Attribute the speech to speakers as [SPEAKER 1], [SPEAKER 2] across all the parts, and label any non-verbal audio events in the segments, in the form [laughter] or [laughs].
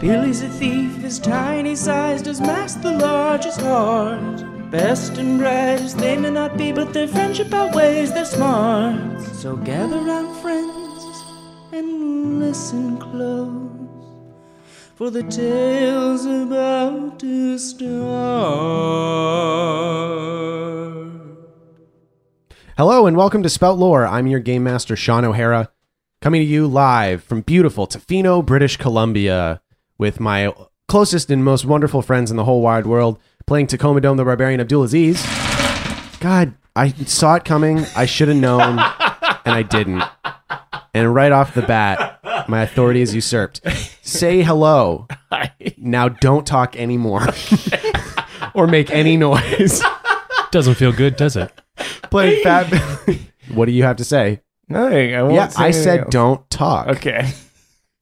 [SPEAKER 1] Billy's a thief, his tiny size does mask the largest heart. Best and brightest they may not be, but their friendship outweighs their smarts. So gather round, friends, and listen close, for the tale's about to start.
[SPEAKER 2] Hello and welcome to Spout Lore. I'm your game master Sean O'Hara, coming to you live from beautiful Tofino, British Columbia, with my closest and most wonderful friends in the whole wide world, playing Tacoma Dome the Barbarian Abdulaziz. God, I saw it coming. I should have known, and I didn't. And right off the bat, my authority is usurped. Say hello. Now don't talk anymore or make any noise.
[SPEAKER 3] Doesn't feel good, does it?
[SPEAKER 2] Playing Fat Billy. [laughs] What do you have to say?
[SPEAKER 4] Nothing. I won't
[SPEAKER 2] Yeah,
[SPEAKER 4] say
[SPEAKER 2] I
[SPEAKER 4] anything
[SPEAKER 2] said
[SPEAKER 4] else.
[SPEAKER 2] don't talk.
[SPEAKER 4] [laughs] Okay.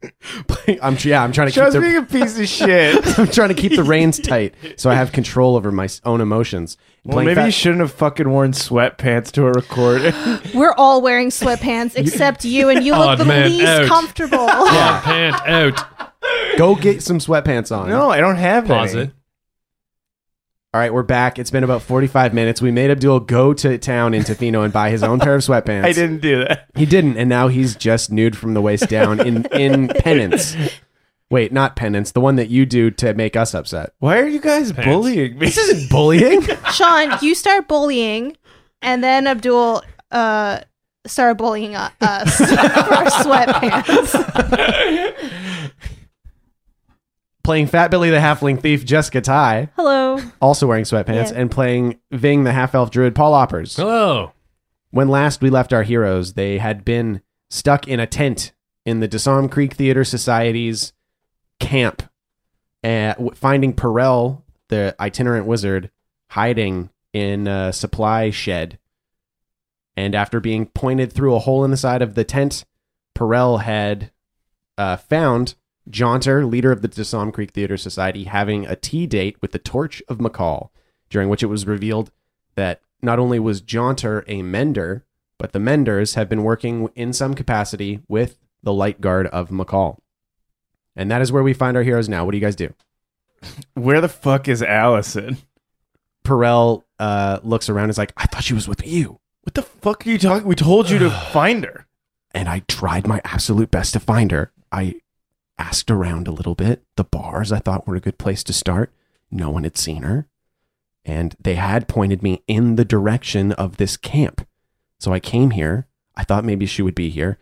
[SPEAKER 2] [laughs] I'm tr- yeah, I'm trying to
[SPEAKER 4] Sean's
[SPEAKER 2] keep
[SPEAKER 4] being
[SPEAKER 2] the,
[SPEAKER 4] a piece of shit.
[SPEAKER 2] I'm trying to keep the
[SPEAKER 4] [laughs]
[SPEAKER 2] reins tight so I have control over my s- own emotions.
[SPEAKER 4] well,
[SPEAKER 2] Playing
[SPEAKER 4] [laughs] maybe
[SPEAKER 2] Fat-
[SPEAKER 4] you shouldn't have fucking worn sweatpants to a recording.
[SPEAKER 5] We're all wearing sweatpants except you, and you look
[SPEAKER 3] Odd
[SPEAKER 5] the
[SPEAKER 3] man
[SPEAKER 5] least
[SPEAKER 3] out. [laughs]
[SPEAKER 5] comfortable.
[SPEAKER 3] One pant out.
[SPEAKER 2] go get some sweatpants on.
[SPEAKER 4] no, I don't have
[SPEAKER 3] Pause
[SPEAKER 4] any.
[SPEAKER 3] it.
[SPEAKER 2] All right, we're back. It's been about 45 minutes. We made Abdul go to town in Tofino and buy his own
[SPEAKER 4] [laughs]
[SPEAKER 2] pair of sweatpants.
[SPEAKER 4] I didn't do that.
[SPEAKER 2] He didn't, and now he's just nude from the waist down in in penance. Wait, not penance. The one that you do to make us upset.
[SPEAKER 4] Why are you guys bullying me? This isn't
[SPEAKER 2] Bullying?
[SPEAKER 5] Sean, you start bullying, and then Abdul uh, started bullying u- us [laughs] for our sweatpants. [laughs]
[SPEAKER 2] playing Fat Billy the Halfling Thief, Jessica Ty,
[SPEAKER 5] Hello.
[SPEAKER 2] also wearing sweatpants,
[SPEAKER 5] Yeah.
[SPEAKER 2] and playing Ving the Half Elf Druid, Paul Oppers.
[SPEAKER 3] Hello.
[SPEAKER 2] When last we left our heroes, they had been stuck in a tent in the Disarm Creek Theater Society's camp, uh, w- finding Perel, the itinerant wizard, hiding in a supply shed. And after being pointed through a hole in the side of the tent, Perel had uh, found Jaunter, leader of the Disarm Creek Theater Society, having a tea date with the Torch of McCall, during which it was revealed that not only was Jaunter a mender, but the menders have been working in some capacity with the light guard of McCall. And that is where we find our heroes now. What do you guys do?
[SPEAKER 4] Where the fuck is Allison?
[SPEAKER 2] Perel uh, looks around and is like, I thought she was with you.
[SPEAKER 4] What the fuck are you talking? We told you to find her.
[SPEAKER 2] And I tried my absolute best to find her. I asked around a little bit. The bars I thought were a good place to start. No one had seen her. And they had pointed me in the direction of this camp. So I came here. I thought maybe she would be here.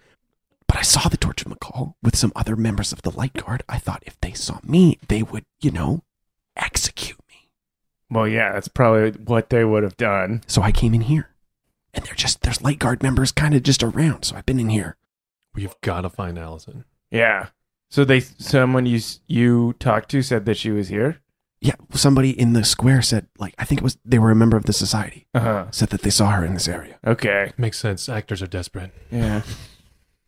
[SPEAKER 2] But I saw the Torch of McCall with some other members of the Light Guard. I thought if they saw me, they would, you know, execute me.
[SPEAKER 4] Well, yeah, that's probably what they would have done.
[SPEAKER 2] So I came in here. And they're just, there's Light Guard members kind of just around. So I've been in here.
[SPEAKER 3] We've got to find Allison.
[SPEAKER 4] Yeah. So they, someone you s- you talked to said that she was here.
[SPEAKER 2] Yeah, somebody in the square said, like, I think it was, they were a member of the society,
[SPEAKER 4] Uh huh.
[SPEAKER 2] said that they saw her in this area.
[SPEAKER 4] Okay.
[SPEAKER 3] Makes sense. Actors are desperate.
[SPEAKER 4] Yeah. [laughs]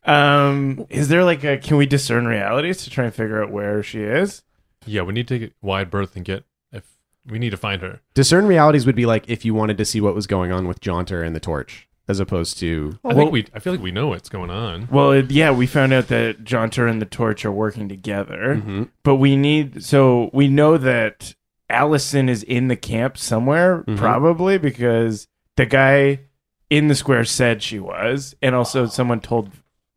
[SPEAKER 4] Um, is there like a can we discern realities to try and figure out where she is?
[SPEAKER 3] Yeah, we need to take a wide berth and get if we need to find her.
[SPEAKER 2] Discern realities would be like if you wanted to see what was going on with Jaunter and the torch, as opposed to.
[SPEAKER 3] I think we. I feel like we know what's going on.
[SPEAKER 4] Well, it, yeah, we found out that Jaunter and the Torch are working together,
[SPEAKER 2] Mm-hmm,
[SPEAKER 4] but we need so we know that Allison is in the camp somewhere, probably because the guy in the square said she was, and also someone told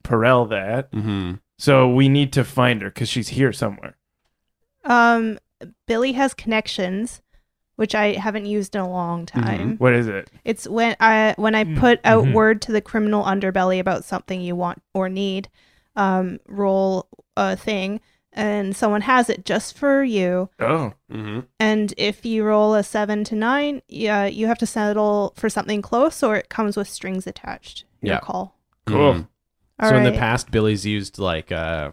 [SPEAKER 4] Perel that.
[SPEAKER 2] Mm-hmm.
[SPEAKER 4] So we need to find her because she's here somewhere.
[SPEAKER 5] Um, Billy has connections, which I haven't used in a long
[SPEAKER 3] Mm-hmm.
[SPEAKER 5] time.
[SPEAKER 4] What is it?
[SPEAKER 5] It's when I when I put out
[SPEAKER 3] Mhm.
[SPEAKER 5] word to the criminal underbelly about something you want or need, um, roll a thing, and someone has it just for you.
[SPEAKER 4] Oh,
[SPEAKER 2] Mm-hmm.
[SPEAKER 5] And if you roll a seven to nine, yeah, you have to settle for something close, or it comes with strings attached. Your
[SPEAKER 2] Yeah.
[SPEAKER 5] call.
[SPEAKER 4] cool.
[SPEAKER 2] so in the
[SPEAKER 5] Alright.
[SPEAKER 2] past, Billy's used like uh,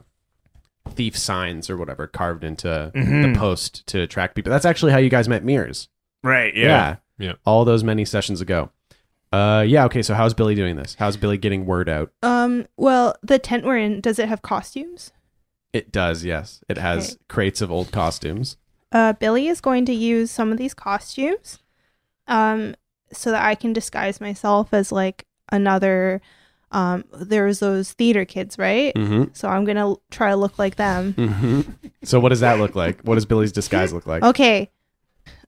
[SPEAKER 2] thief signs or whatever carved into
[SPEAKER 4] Mhm.
[SPEAKER 2] the post to attract people. That's actually how you guys met Mears.
[SPEAKER 4] Right. Yeah.
[SPEAKER 3] Yeah.
[SPEAKER 2] All those many sessions ago. Uh, yeah. Okay. So how's Billy doing this? How's Billy getting word out?
[SPEAKER 5] Um, well, the tent we're in, does it have costumes?
[SPEAKER 2] It does. Yes. It has
[SPEAKER 5] Okay.
[SPEAKER 2] crates of old costumes.
[SPEAKER 5] Uh, Billy is going to use some of these costumes um, so that I can disguise myself as like another. Um, there's those theater kids, right?
[SPEAKER 2] Mm-hmm.
[SPEAKER 5] So I'm going to try to look like them.
[SPEAKER 2] hmm So what does that look like? What does Billy's disguise look like?
[SPEAKER 5] Okay.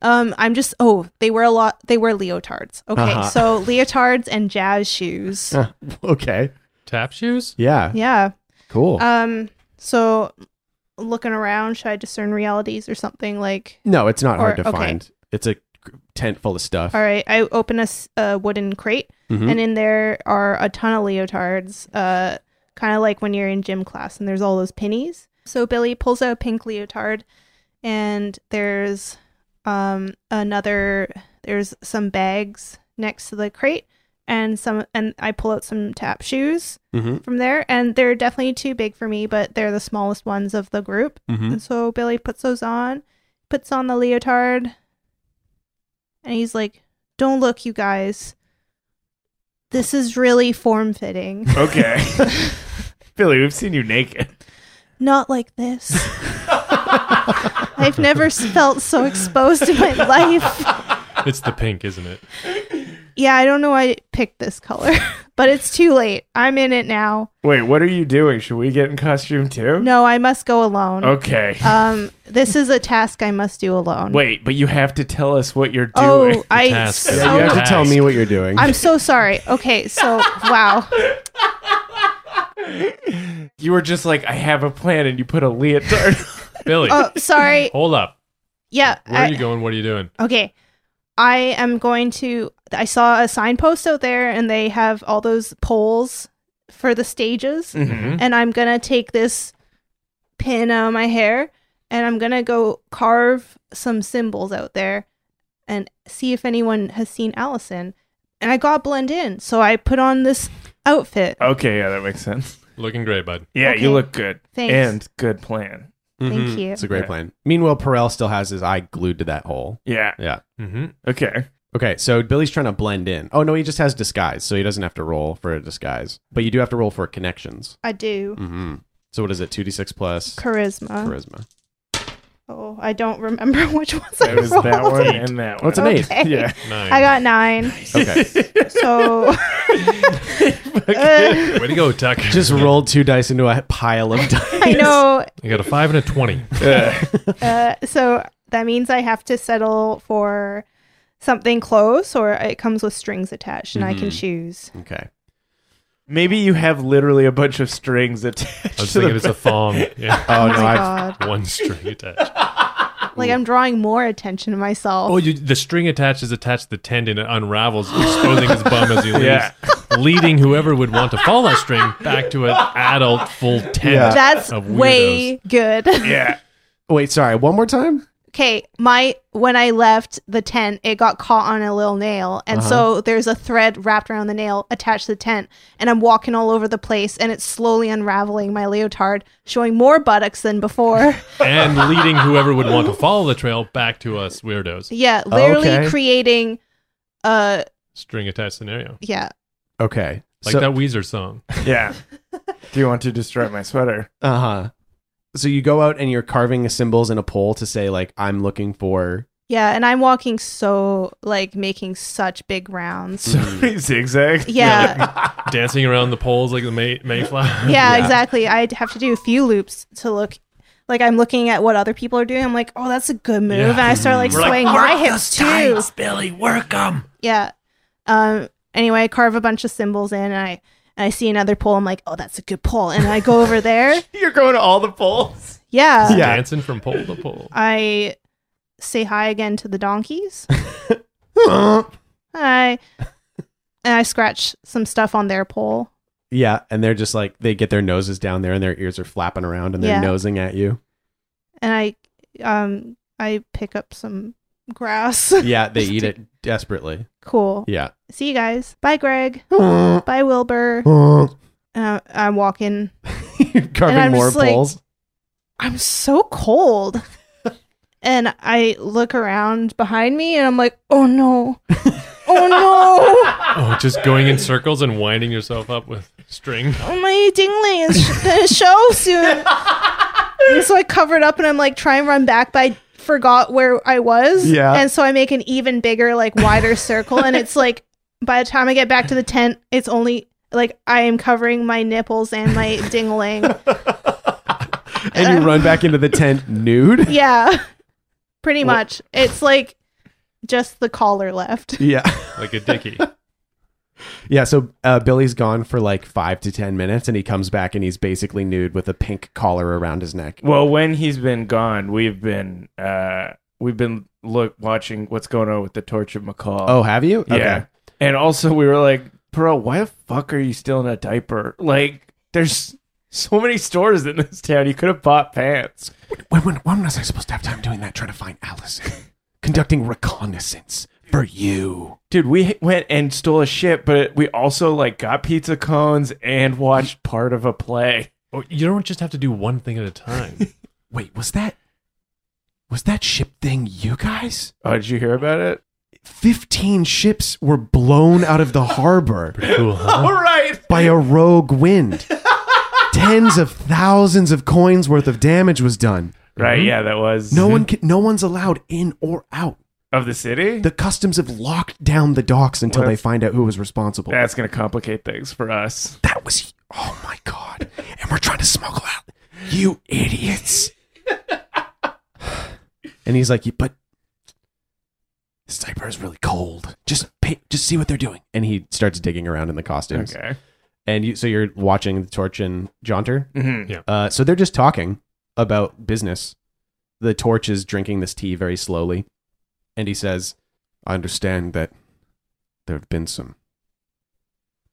[SPEAKER 5] Um, I'm just oh, they wear a lot they wear leotards. Okay.
[SPEAKER 2] Uh-huh.
[SPEAKER 5] So leotards and jazz shoes.
[SPEAKER 2] Uh, [laughs] okay.
[SPEAKER 3] Tap shoes?
[SPEAKER 2] Yeah.
[SPEAKER 5] yeah.
[SPEAKER 2] Cool.
[SPEAKER 5] Um so looking around, should I discern realities or something like
[SPEAKER 2] no, it's not hard
[SPEAKER 5] or-
[SPEAKER 2] to
[SPEAKER 5] okay.
[SPEAKER 2] find. It's a c- tent full of stuff.
[SPEAKER 5] all right, I open a, s- a wooden crate
[SPEAKER 2] Mhm.
[SPEAKER 5] and in there are a ton of leotards. Uh kind of like when you're in gym class and there's all those pennies. So Billy pulls out a pink leotard and there's um another there's some bags next to the crate and some and I pull out some tap shoes
[SPEAKER 2] Mhm.
[SPEAKER 5] from there and they're definitely too big for me but they're the smallest ones of the group.
[SPEAKER 4] Hmm?
[SPEAKER 2] Mhm.
[SPEAKER 5] And so Billy puts those on, puts on the leotard and he's like, "Don't look you guys. This is really form fitting."
[SPEAKER 4] Okay. [laughs] Billy, we've seen you naked.
[SPEAKER 5] not like
[SPEAKER 4] [laughs]
[SPEAKER 5] this. I've never s- felt so exposed in my life.
[SPEAKER 3] It's the pink, isn't [laughs] it?
[SPEAKER 5] Yeah, I don't know why I picked this color, [laughs] but it's too late. I'm in it now.
[SPEAKER 4] Wait, what are you doing? Should we get in costume too?
[SPEAKER 5] No, I must go alone.
[SPEAKER 4] Okay.
[SPEAKER 5] Um, this is a task I must do alone.
[SPEAKER 4] Wait, but you have to tell us what you're doing.
[SPEAKER 5] oh, I.
[SPEAKER 3] task.
[SPEAKER 5] so-
[SPEAKER 2] Yeah, you have to tell me what you're doing.
[SPEAKER 5] I'm so sorry. Okay, so
[SPEAKER 4] [laughs]
[SPEAKER 5] wow.
[SPEAKER 4] You were just like, I have a plan, and you put
[SPEAKER 5] [laughs]
[SPEAKER 4] a leotard.
[SPEAKER 3] Billy,
[SPEAKER 5] Oh, sorry.
[SPEAKER 3] hold up.
[SPEAKER 5] Yeah.
[SPEAKER 3] Where
[SPEAKER 5] I-
[SPEAKER 3] are you going? What are you doing?
[SPEAKER 5] Okay. I am going to. I saw a signpost out there, and they have all those poles for the stages.
[SPEAKER 4] Mhm.
[SPEAKER 5] And I'm going to take this pin out of my hair and I'm going to go carve some symbols out there and see if anyone has seen Allison. And I got blend in. So I put on this outfit.
[SPEAKER 4] Okay, yeah, that makes sense. [laughs]
[SPEAKER 3] Looking great, bud.
[SPEAKER 4] Yeah,
[SPEAKER 5] Okay.
[SPEAKER 4] you look good.
[SPEAKER 5] Thanks.
[SPEAKER 4] And good plan.
[SPEAKER 5] Thank you.
[SPEAKER 2] Mm-hmm. It's a great
[SPEAKER 4] Yeah.
[SPEAKER 2] plan. Meanwhile, Perel still has his eye glued to that hole.
[SPEAKER 4] Yeah.
[SPEAKER 2] Yeah.
[SPEAKER 3] Mm-hmm.
[SPEAKER 4] [laughs] Okay.
[SPEAKER 2] Okay, so Billy's trying to blend in. Oh no, he just has disguise, so he doesn't have to roll for a disguise. But you do have to roll for connections.
[SPEAKER 5] I do.
[SPEAKER 2] Mm-hmm. So what is it? Two d six plus
[SPEAKER 5] Charisma.
[SPEAKER 2] charisma.
[SPEAKER 5] Oh, I don't remember [laughs] which ones I
[SPEAKER 4] That was
[SPEAKER 5] rolled.
[SPEAKER 4] that one and that one.
[SPEAKER 2] What's an eight?
[SPEAKER 5] Okay.
[SPEAKER 4] Yeah.
[SPEAKER 3] Nine.
[SPEAKER 5] I got nine.
[SPEAKER 2] Okay, [laughs]
[SPEAKER 5] So. Uh,
[SPEAKER 3] Way to go, Tuck.
[SPEAKER 2] just rolled two dice into a pile
[SPEAKER 5] [laughs]
[SPEAKER 2] of dice.
[SPEAKER 5] I know.
[SPEAKER 3] You got a five and a twenty.
[SPEAKER 5] Uh, so that means I have to settle for something close, or it comes with strings attached, and I can
[SPEAKER 2] Mhm.
[SPEAKER 5] choose.
[SPEAKER 2] Okay,
[SPEAKER 4] Maybe you have literally a bunch of strings attached.
[SPEAKER 3] I was
[SPEAKER 4] to the
[SPEAKER 3] thinking [laughs] it's a thong. Yeah.
[SPEAKER 2] Oh,
[SPEAKER 5] my
[SPEAKER 2] no, I've-
[SPEAKER 5] God.
[SPEAKER 3] One string attached.
[SPEAKER 5] Like I'm drawing more attention to myself.
[SPEAKER 3] Oh, you, the string attached is attached to the tendon. It unravels, exposing his bum as he leaves,
[SPEAKER 4] Yeah.
[SPEAKER 3] leading whoever would want to follow that string back to an adult full tent.
[SPEAKER 2] Yeah.
[SPEAKER 5] That's
[SPEAKER 3] of
[SPEAKER 5] way good.
[SPEAKER 4] [laughs] yeah.
[SPEAKER 2] wait, sorry, one more time.
[SPEAKER 5] [laughs] okay, my when I left the tent, it got caught on a little nail, and so there's a thread wrapped around the nail attached to the tent, and I'm walking all over the place, and it's slowly unraveling my leotard, showing more buttocks than before.
[SPEAKER 3] and leading whoever would want to follow the trail back to us weirdos.
[SPEAKER 5] yeah, literally
[SPEAKER 2] Okay.
[SPEAKER 5] creating. Uh,
[SPEAKER 3] String attached scenario.
[SPEAKER 5] yeah.
[SPEAKER 2] Okay,
[SPEAKER 3] Like
[SPEAKER 2] so,
[SPEAKER 3] that Weezer song.
[SPEAKER 4] Yeah. Do you want to destroy my sweater?
[SPEAKER 2] Uh huh. So you go out and you're carving symbols in a pole to say like I'm looking [laughs] for.
[SPEAKER 5] Yeah, and I'm walking so like making such big rounds.
[SPEAKER 4] So [laughs]
[SPEAKER 5] [laughs]
[SPEAKER 4] zigzag.
[SPEAKER 5] Yeah, yeah,
[SPEAKER 3] Dancing around the poles like the May-
[SPEAKER 5] [laughs]
[SPEAKER 3] Mayflower. [laughs]
[SPEAKER 5] exactly. I have to do a few loops to look like I'm looking at what other people are doing. I'm like, oh, that's a good move,
[SPEAKER 3] Yeah.
[SPEAKER 5] and I start like
[SPEAKER 3] We're like,
[SPEAKER 5] swaying my hips too.
[SPEAKER 3] Billy, work them.
[SPEAKER 5] Yeah. Um. Anyway, I carve a bunch of symbols in, and I and I see another pole. I'm like, oh, that's a good pole, and I go over there.
[SPEAKER 4] [laughs] You're going to all the polls.
[SPEAKER 5] Yeah.
[SPEAKER 2] Yeah.
[SPEAKER 3] Dancing from pole to pole.
[SPEAKER 5] I say hi again to the donkeys. hi. And I scratch some stuff on their pole.
[SPEAKER 2] Yeah, and they're just like they get their noses down there and their ears are flapping around and they're
[SPEAKER 5] Yeah.
[SPEAKER 2] nosing at you.
[SPEAKER 5] and I um I pick up some grass. [laughs]
[SPEAKER 2] Yeah, they eat it desperately.
[SPEAKER 5] cool.
[SPEAKER 2] Yeah. [laughs]
[SPEAKER 5] See you guys. Bye, Greg. Bye, Wilbur.
[SPEAKER 2] Carving
[SPEAKER 5] Uh, I'm walking.
[SPEAKER 2] more
[SPEAKER 5] just like-
[SPEAKER 2] poles.
[SPEAKER 5] I'm so cold. and I look around behind me and I'm like, oh no. Oh no.
[SPEAKER 3] Oh, just going in circles and winding yourself up with string.
[SPEAKER 5] My dingling is sh- gonna show soon. and so I covered up and I'm like, try and run back, but I forgot where I was.
[SPEAKER 4] Yeah.
[SPEAKER 5] And so I make an even bigger, like wider circle. And it's like, by the time I get back to the tent, it's only like I am covering my nipples and my dingling.
[SPEAKER 2] and you run back into the [laughs] tent nude.
[SPEAKER 5] Yeah. Pretty much. It's like just the collar left.
[SPEAKER 2] Yeah,
[SPEAKER 3] like
[SPEAKER 2] [laughs]
[SPEAKER 3] a dicky.
[SPEAKER 2] yeah. So uh, Billy's gone for like five to ten minutes, and he comes back and he's basically nude with a pink collar around his neck.
[SPEAKER 4] Well, when he's been gone, we've been uh we've been look watching what's going on with the torch of McCall.
[SPEAKER 2] Oh, have you? Okay.
[SPEAKER 4] yeah. And also we were like, bro, why the fuck are you still in a diaper? Like, there's so many stores in this town. You could have bought pants.
[SPEAKER 2] When, when, when was I supposed to have time doing that? Trying to find Allison, conducting reconnaissance for you.
[SPEAKER 4] Dude, we h- went and stole a shit, but we also like got pizza cones and watched part of a play.
[SPEAKER 3] Or Oh, you don't just have to do one thing at a time.
[SPEAKER 2] [laughs] Wait, was that was that ship thing you guys?
[SPEAKER 4] Oh, did you hear about it?
[SPEAKER 2] 15 ships were blown out of the harbor
[SPEAKER 3] Cool, huh?
[SPEAKER 4] All right.
[SPEAKER 2] by a rogue wind. Tens of thousands of coins worth of damage was done.
[SPEAKER 4] Right, yeah, that was
[SPEAKER 2] Mm-hmm. No one can, no one's allowed in or out.
[SPEAKER 4] of the city.
[SPEAKER 2] The customs have locked down the docks until they find out who was responsible.
[SPEAKER 4] That's gonna complicate things for us.
[SPEAKER 2] That was oh my god! And we're trying to smuggle out you idiots. and he's like, but this diaper is really cold. Just pay, just see what they're doing. And he starts digging around in the costumes.
[SPEAKER 4] Okay.
[SPEAKER 2] And you, so you're watching the Torch and Jaunter.
[SPEAKER 4] hmm
[SPEAKER 2] Uh, so they're just talking about business. The torch is drinking this tea very slowly, and he says, "I understand that there have been some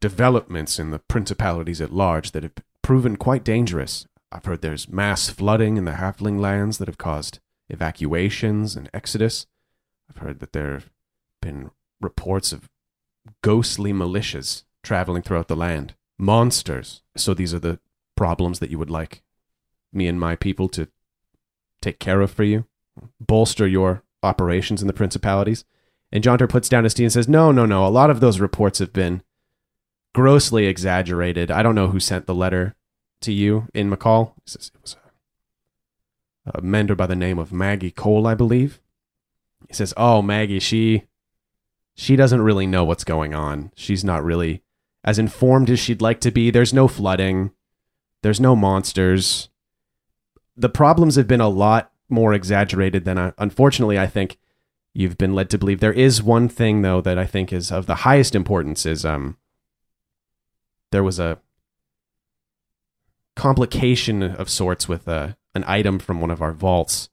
[SPEAKER 2] developments in the principalities at large that have proven quite dangerous. I've heard there's mass flooding in the Halfling lands that have caused evacuations and exodus. I've heard that there have been reports of ghostly militias traveling throughout the land, monsters. So these are the problems that you would like me and my people to take care of for you, bolster your operations in the principalities. And Jaunter puts down his tea and says, No, no, no. A lot of those reports have been grossly exaggerated. I don't know who sent the letter to you in McCall. He says it was a, a mender by the name of Maggie Cole, I believe. He says, Oh, Maggie, she she doesn't really know what's going on. She's not really as informed as she'd like to be. There's no flooding. There's no monsters. The problems have been a lot more exaggerated than I, unfortunately I think you've been led to believe. There is one thing though that I think is of the highest importance is um there was a complication of sorts with a an item from one of our vaults.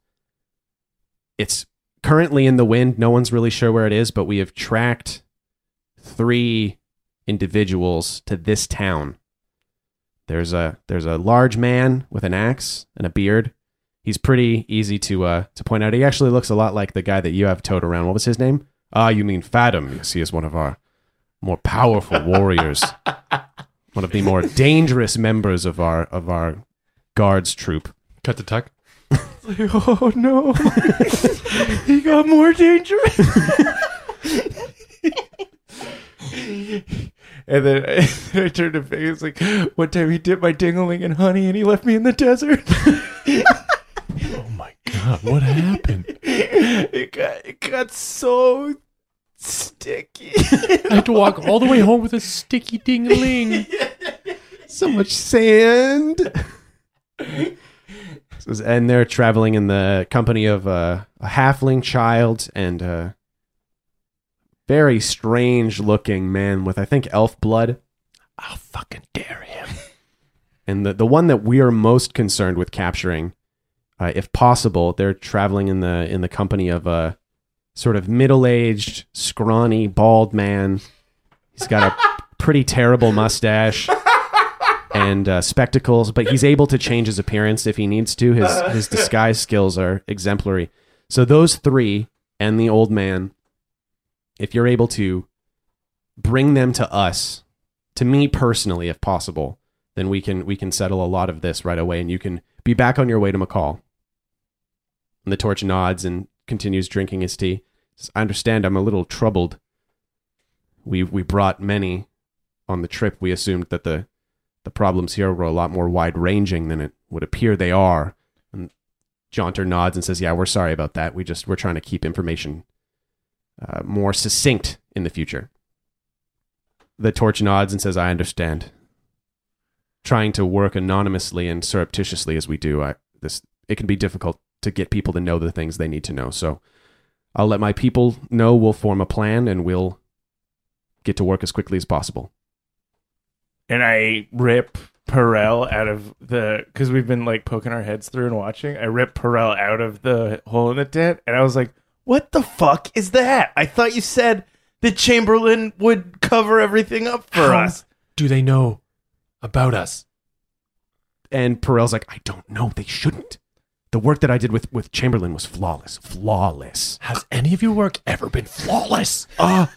[SPEAKER 2] It's currently in the wind. No one's really sure where it is, but we have tracked three individuals to this town. There's a there's a large man with an axe and a beard. He's pretty easy to uh to point out. He actually looks a lot like the guy that you have towed around. What was his name? Ah, you mean Fathom? Yes, he is one of our more powerful warriors. one of the more dangerous members of our of our guards troop.
[SPEAKER 3] Cut the tuck.
[SPEAKER 4] Oh no. [laughs] he got more dangerous. and then [laughs] I, I turned to Faye. It's like, one time he dipped my dingling in honey and he left me in the desert. [laughs]
[SPEAKER 3] Oh my god, what happened?
[SPEAKER 4] it, got, it got so sticky. [laughs]
[SPEAKER 3] I had to walk all the way home with a sticky ding-a-ling.
[SPEAKER 2] so much [laughs] sand. and they're traveling in the company of uh, a halfling child and a very strange looking man with, I think, elf blood.
[SPEAKER 3] I'll fucking dare him.
[SPEAKER 2] [laughs] And the, the one that we are most concerned with capturing, uh, if possible, they're traveling in the in the company of a sort of middle aged, scrawny, bald man. He's got a pretty terrible mustache and uh, spectacles, but he's able to change his appearance if he needs to. His his disguise skills are exemplary. So those three and the old man, if you're able to bring them to us, to me personally, if possible, then we can we can settle a lot of this right away, and you can Be back on your way to McCall. And the torch nods and continues drinking his tea. Says, I understand I'm a little troubled. We we brought many on the trip. We assumed that the the problems here were a lot more wide ranging than it would appear they are. And Jaunter nods and says, Yeah, we're sorry about that. We just we're trying to keep information uh, more succinct in the future. The torch nods and says, I understand. Trying to work anonymously and surreptitiously as we do, I, this it can be difficult to get people to know the things they need to know. So I'll let my people know. We'll form a plan and we'll get to work as quickly as possible.
[SPEAKER 4] and I rip Perel out of the because we've been like poking our heads through and watching. I rip Perel out of the hole in the tent, and I was like, "What the fuck is that?" I thought you said the Chamberlain would cover everything up for
[SPEAKER 3] How
[SPEAKER 4] us.
[SPEAKER 3] Do they know about us?
[SPEAKER 2] And Perel's like, I don't know. They shouldn't. The work that I did with, with Chamberlain was flawless. Flawless.
[SPEAKER 3] Has any of your work ever been flawless?
[SPEAKER 2] Uh,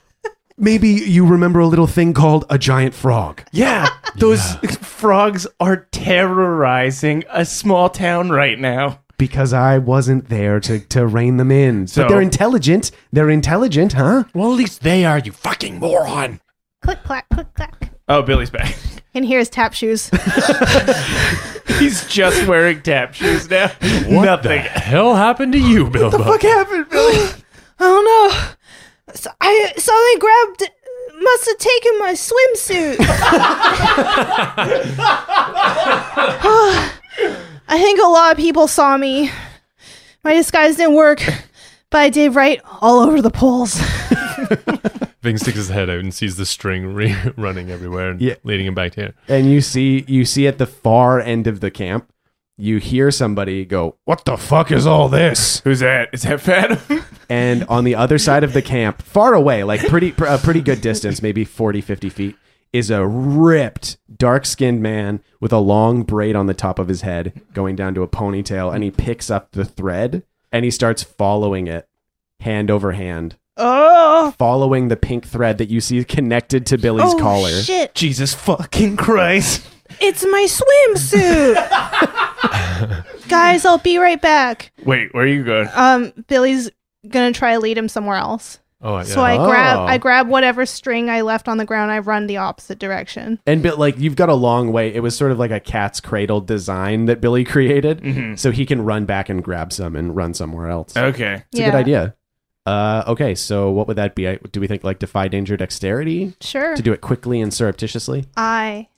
[SPEAKER 2] maybe you remember a little thing called a giant frog.
[SPEAKER 4] [laughs] Yeah, those frogs are terrorizing a small town right now.
[SPEAKER 2] Because I wasn't there to, to rein them in.
[SPEAKER 4] So-
[SPEAKER 2] but they're intelligent. They're intelligent, huh?
[SPEAKER 3] Well, at least they are, you fucking moron.
[SPEAKER 5] Click clack, click clack.
[SPEAKER 4] Oh, Billy's back. [laughs]
[SPEAKER 5] And here's tap shoes.
[SPEAKER 4] He's just wearing tap shoes now.
[SPEAKER 3] What
[SPEAKER 4] Nothing.
[SPEAKER 3] the hell happened to you, Bilbo?
[SPEAKER 4] What happened, Billy?
[SPEAKER 5] Oh no! So I something grabbed. Must have taken my swimsuit. [sighs] I think a lot of people saw me. My disguise didn't work, but I did right all over the poles.
[SPEAKER 3] Ving sticks his head out and sees the string re- [laughs] running everywhere and
[SPEAKER 2] Yeah.
[SPEAKER 3] leading him back to here.
[SPEAKER 2] and you see you see at the far end of the camp you hear somebody go what the fuck is all this
[SPEAKER 4] Who's that? Is that Fat?
[SPEAKER 2] and on the other side of the camp far away like pretty pr- a pretty good distance maybe 40 50 feet is a ripped dark-skinned man with a long braid on the top of his head going down to a ponytail and he picks up the thread and he starts following it hand over hand
[SPEAKER 5] Oh,
[SPEAKER 2] following the pink thread that you see connected to Billy's
[SPEAKER 5] oh
[SPEAKER 2] collar
[SPEAKER 5] shit!
[SPEAKER 4] [laughs] Jesus fucking Christ.
[SPEAKER 5] It's my swimsuit. [laughs] Guys, I'll be right back.
[SPEAKER 4] Wait, where are you going?
[SPEAKER 5] Um, Billy's gonna try to lead him somewhere else.
[SPEAKER 3] Oh, yeah.
[SPEAKER 5] So I grab
[SPEAKER 2] Oh.
[SPEAKER 5] I grab whatever string I left on the ground. I run the opposite direction.
[SPEAKER 2] And but like you've got a long way. It was sort of like a cat's cradle design that Billy created, so he can run back and grab some and run somewhere else. It's
[SPEAKER 4] Okay.
[SPEAKER 2] a good idea. Uh, okay, so what would that be? I- Do we think like defy danger dexterity
[SPEAKER 5] Sure.
[SPEAKER 2] to do it quickly and surreptitiously?
[SPEAKER 5] I.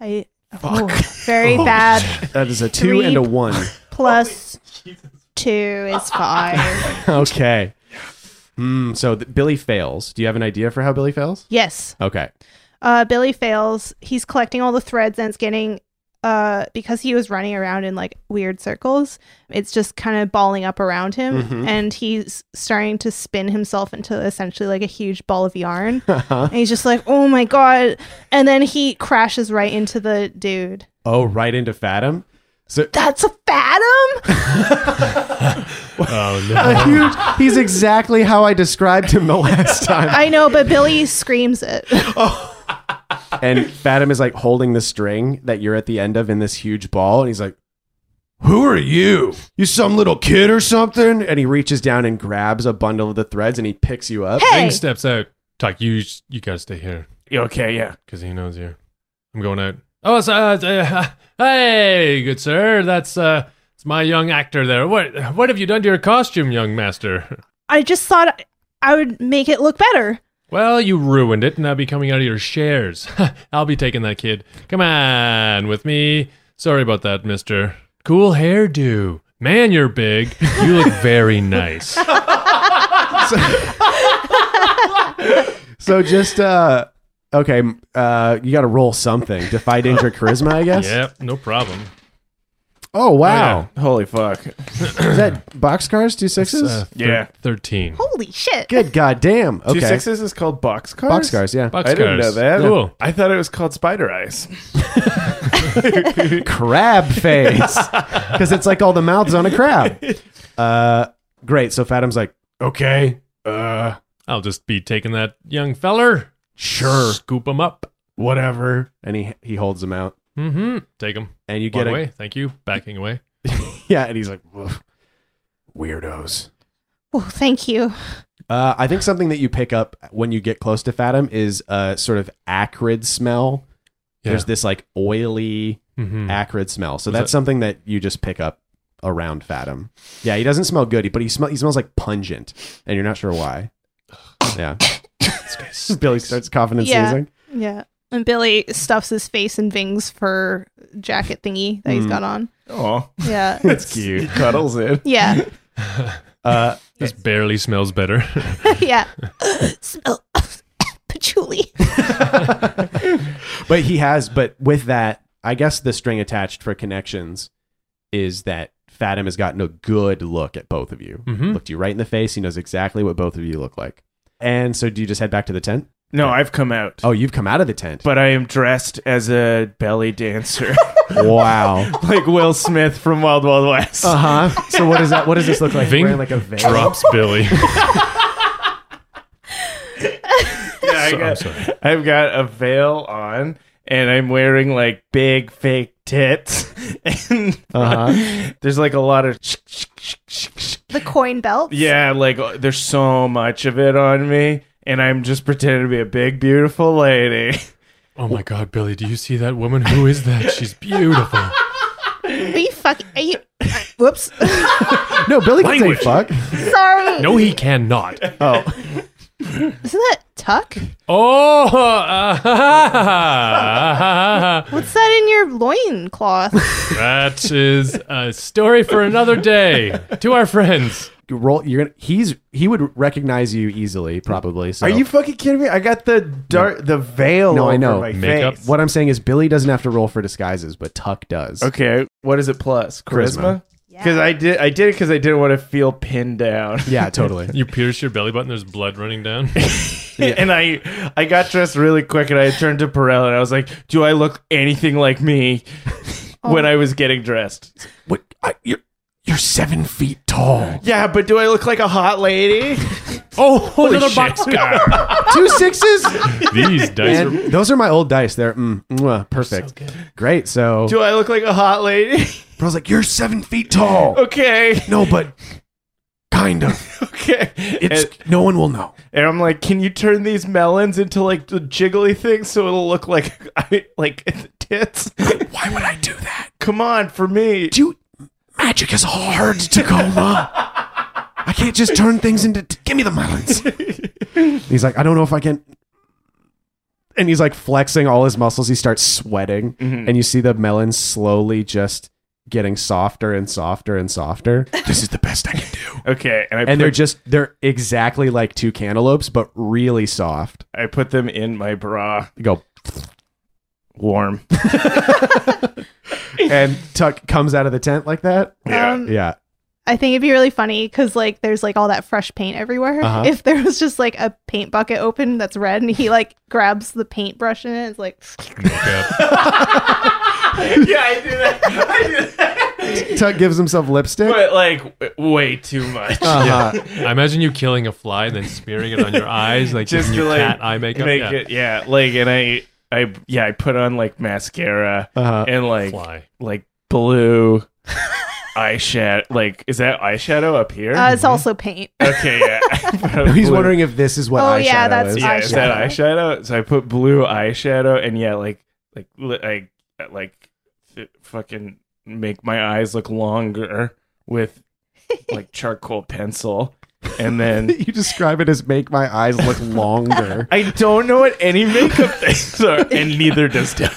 [SPEAKER 5] I. oh,
[SPEAKER 2] [laughs]
[SPEAKER 5] very bad.
[SPEAKER 2] That is a two and a
[SPEAKER 5] Three.
[SPEAKER 2] one.
[SPEAKER 5] [laughs] Plus two
[SPEAKER 2] [laughs]
[SPEAKER 5] is five.
[SPEAKER 2] okay. Hmm. so th- Billy fails. Do you have an idea for how Billy fails?
[SPEAKER 5] yes.
[SPEAKER 2] Okay.
[SPEAKER 5] Uh, Billy fails. He's collecting all the threads and it's getting. Uh, because he was running around in like weird circles, it's just kind of balling up around him, and he's starting to spin himself into essentially like a huge ball of yarn. And he's just like, "Oh my god!" And then he crashes right into the dude.
[SPEAKER 2] Oh, right into Fathom. So
[SPEAKER 5] That's a fathom.
[SPEAKER 3] oh,
[SPEAKER 2] [laughs]
[SPEAKER 3] no.
[SPEAKER 2] a huge. He's exactly how I described him the
[SPEAKER 5] [laughs]
[SPEAKER 2] last time.
[SPEAKER 5] I know, but Billy screams it.
[SPEAKER 2] and Fathom is like holding the string that you're at the end of in this huge ball, and he's like, "Who are you? You some little kid or something?" And he reaches down and grabs a bundle of the threads, and he picks you up.
[SPEAKER 5] Hey!
[SPEAKER 3] Ving steps out. Tuck, you, you gotta stay here
[SPEAKER 4] Okay, yeah.
[SPEAKER 3] because he knows you. I'm going out. Oh, it's, uh, uh, [laughs] hey, good sir. That's, uh, it's my young actor there. What, what have you done to your costume, young master? [laughs]
[SPEAKER 5] I just thought I would make it look better.
[SPEAKER 3] Well, you ruined it, and I'll be coming out of your shares. [laughs] I'll be taking that kid. Come on with me. Sorry about that, mister. Cool hairdo. Man, you're big. You look very nice.
[SPEAKER 2] So just uh, okay, m- uh, you got to roll something. Defy danger, charisma, I guess.
[SPEAKER 3] yep, no problem.
[SPEAKER 2] Oh wow,
[SPEAKER 4] Holy fuck.
[SPEAKER 2] is that boxcars two sixes?
[SPEAKER 3] Oh, Uh, thir-
[SPEAKER 4] Yeah.
[SPEAKER 3] 13.
[SPEAKER 5] Holy shit!
[SPEAKER 2] Good goddamn. Okay,
[SPEAKER 4] Two sixes is called boxcars.
[SPEAKER 2] boxcars. Yeah,
[SPEAKER 3] Boxcars.
[SPEAKER 4] I didn't know that.
[SPEAKER 3] Cool.
[SPEAKER 4] I thought it was called spider eyes.
[SPEAKER 2] crab face
[SPEAKER 3] [laughs]
[SPEAKER 2] because it's like all the mouths on a crab. Uh, great. So Fathom's like, okay, uh,
[SPEAKER 3] I'll just be taking that young feller.
[SPEAKER 2] sure.
[SPEAKER 3] Scoop him up.
[SPEAKER 2] whatever. And he he holds him out.
[SPEAKER 3] Mm-hmm. Take them.
[SPEAKER 2] and you
[SPEAKER 3] Get
[SPEAKER 2] get a,
[SPEAKER 3] away. Thank you. Backing away.
[SPEAKER 2] yeah, and he's like, "Woof, weirdos.
[SPEAKER 5] Well, Oh, thank you.
[SPEAKER 2] Uh, I think something that you pick up when you get close to Fathom is a sort of acrid smell.
[SPEAKER 3] Yeah.
[SPEAKER 2] There's this like oily,
[SPEAKER 3] Mm-hmm.
[SPEAKER 2] acrid smell. So
[SPEAKER 3] Is
[SPEAKER 2] that's
[SPEAKER 3] that-
[SPEAKER 2] something that you just pick up around Fathom. Yeah, he doesn't smell good, but he smell he smells like pungent, and you're not sure why. Yeah, [laughs] Billy starts coughing and
[SPEAKER 5] Yeah.
[SPEAKER 2] [laughs] sneezing.
[SPEAKER 5] Yeah. And Billy stuffs his face in Ving's fur jacket thingy that he's
[SPEAKER 2] Mm.
[SPEAKER 5] got on.
[SPEAKER 4] Oh,
[SPEAKER 5] Yeah.
[SPEAKER 2] [laughs]
[SPEAKER 5] [laughs]
[SPEAKER 2] That's cute.
[SPEAKER 4] cuddles it.
[SPEAKER 5] Yeah.
[SPEAKER 2] [laughs]
[SPEAKER 5] [laughs]
[SPEAKER 2] Uh,
[SPEAKER 3] This barely smells better. [laughs]
[SPEAKER 5] yeah. [laughs] Smell [coughs] of patchouli.
[SPEAKER 2] but he has. But with that, I guess the string attached for connections is that Fathom has gotten a good look at both of you.
[SPEAKER 3] Mhm.
[SPEAKER 2] Looked you right in the face. He knows exactly what both of you look like. And so, do you just head back to the tent?
[SPEAKER 4] No, I've come out,
[SPEAKER 2] Oh, you've come out of the tent.
[SPEAKER 4] but I am dressed as a belly dancer, [laughs]
[SPEAKER 2] [laughs] wow.
[SPEAKER 4] like Will Smith from Wild Wild West.
[SPEAKER 2] Uh huh. So what does that? What does this look like?
[SPEAKER 3] Ving
[SPEAKER 2] Wearing like a veil.
[SPEAKER 3] [laughs] Drops Billy.
[SPEAKER 4] Yeah, I
[SPEAKER 3] [laughs] So- I'm
[SPEAKER 4] got,
[SPEAKER 3] sorry.
[SPEAKER 4] I've got a veil on, and I'm wearing like big fake tits, [laughs] and
[SPEAKER 2] Uh-huh.
[SPEAKER 4] [laughs] there's like a lot of
[SPEAKER 5] The coin belt.
[SPEAKER 4] yeah, like uh, there's so much of it on me, and I'm just pretending to be a big beautiful lady. [laughs]
[SPEAKER 3] Oh my God, Billy! Do you see that woman? Who is that? She's beautiful.
[SPEAKER 5] Are you fucking? Are you? Whoops.
[SPEAKER 2] No, Billy can say
[SPEAKER 3] Language.
[SPEAKER 2] fuck.
[SPEAKER 5] [laughs] Sorry.
[SPEAKER 3] No, he cannot.
[SPEAKER 2] Oh,
[SPEAKER 5] Isn't that Tuck?
[SPEAKER 3] [laughs] Oh, [laughs] ah, ha, ha, ha, ha, ha.
[SPEAKER 5] What's that in your loincloth?
[SPEAKER 3] that is a story for another day. To our friends,
[SPEAKER 2] you roll. You're gonna. He's he would recognize you easily, probably. So
[SPEAKER 4] Are you fucking kidding me? I got the dark, the veil.
[SPEAKER 2] No, I
[SPEAKER 4] over
[SPEAKER 2] know.
[SPEAKER 4] My
[SPEAKER 3] Makeup.
[SPEAKER 4] face.
[SPEAKER 2] What I'm saying is Billy doesn't have to roll for disguises, but Tuck does.
[SPEAKER 4] Okay, what is it plus
[SPEAKER 2] Charisma.
[SPEAKER 4] charisma? Because I did, I did it because I didn't want to feel pinned [laughs] down.
[SPEAKER 2] Yeah, totally.
[SPEAKER 3] you pierce your belly button. There's blood running [laughs] down.
[SPEAKER 4] and I I got dressed really quick and I turned to Perel and I was like, Do I look anything like me when I was getting dressed?
[SPEAKER 2] [laughs] what? I, you're you're seven feet tall.
[SPEAKER 4] Yeah, but do I look like a hot [laughs] lady?
[SPEAKER 3] Oh, holy
[SPEAKER 4] another
[SPEAKER 3] shit!
[SPEAKER 4] box.
[SPEAKER 3] Scar.
[SPEAKER 2] Two [laughs] sixes.
[SPEAKER 3] These dice are
[SPEAKER 2] and those are my old dice. They're mm, mwah, perfect. Great. So
[SPEAKER 4] Do I look like a hot lady? [laughs]
[SPEAKER 2] I was like, you're seven feet tall.
[SPEAKER 4] okay. [laughs]
[SPEAKER 2] No, but kind [laughs] of.
[SPEAKER 4] Okay. And,
[SPEAKER 2] no one will know.
[SPEAKER 4] and I'm like, Can you turn these melons into like the jiggly things so it'll look like [laughs] I like tits? [laughs]
[SPEAKER 2] Why would I do that?
[SPEAKER 4] Come on, for me.
[SPEAKER 2] Dude, magic is hard, Tacoma. I can't just turn things into. t- give me the melons. he's like, I don't know if I can. And he's like flexing all his muscles. He starts sweating, and you see the melon slowly just getting softer and softer and softer. this is the best I can do.
[SPEAKER 4] Okay. And I
[SPEAKER 2] And
[SPEAKER 4] put,
[SPEAKER 2] they're just they're exactly like two cantaloupes, but really soft.
[SPEAKER 4] I put them in my bra.
[SPEAKER 2] You go
[SPEAKER 4] Warm.
[SPEAKER 2] and Tuck comes out of the tent like that.
[SPEAKER 5] Um,
[SPEAKER 2] Yeah.
[SPEAKER 5] I think it'd be really funny because like there's like all that fresh paint everywhere.
[SPEAKER 2] Uh-huh.
[SPEAKER 5] If there was just like a paint bucket open that's red and he like grabs the paintbrush in it, it's like
[SPEAKER 4] [laughs] yeah, I do that. [laughs] I do that.
[SPEAKER 2] Tuck gives himself lipstick.
[SPEAKER 4] But like w- way too much.
[SPEAKER 2] Uh-huh.
[SPEAKER 3] I imagine you killing a fly and then smearing it on your eyes, like just
[SPEAKER 4] Just to,
[SPEAKER 3] your
[SPEAKER 4] like,
[SPEAKER 3] cat eye makeup.
[SPEAKER 4] [laughs] make
[SPEAKER 3] yeah.
[SPEAKER 4] it yeah like and i i yeah i put on like mascara
[SPEAKER 2] Uh-huh.
[SPEAKER 4] and like
[SPEAKER 3] fly.
[SPEAKER 4] like blue [laughs] eyeshadow like is that eyeshadow up here
[SPEAKER 5] uh, it's also paint.
[SPEAKER 4] okay
[SPEAKER 2] [laughs]
[SPEAKER 4] yeah [laughs] I put on
[SPEAKER 2] He's
[SPEAKER 4] blue-
[SPEAKER 2] wondering if this is what
[SPEAKER 5] Oh,
[SPEAKER 2] eyeshadow
[SPEAKER 5] yeah, that's
[SPEAKER 2] is.
[SPEAKER 6] [laughs]
[SPEAKER 5] eyeshadow.
[SPEAKER 4] yeah is that eyeshadow so i put blue eyeshadow and yeah like like li- like like f- fucking make my eyes look longer with like charcoal pencil and
[SPEAKER 2] [laughs]
[SPEAKER 4] then
[SPEAKER 2] you describe it as make my eyes [laughs] look longer.
[SPEAKER 4] I don't know what any makeup [laughs] things are, and neither does Doug.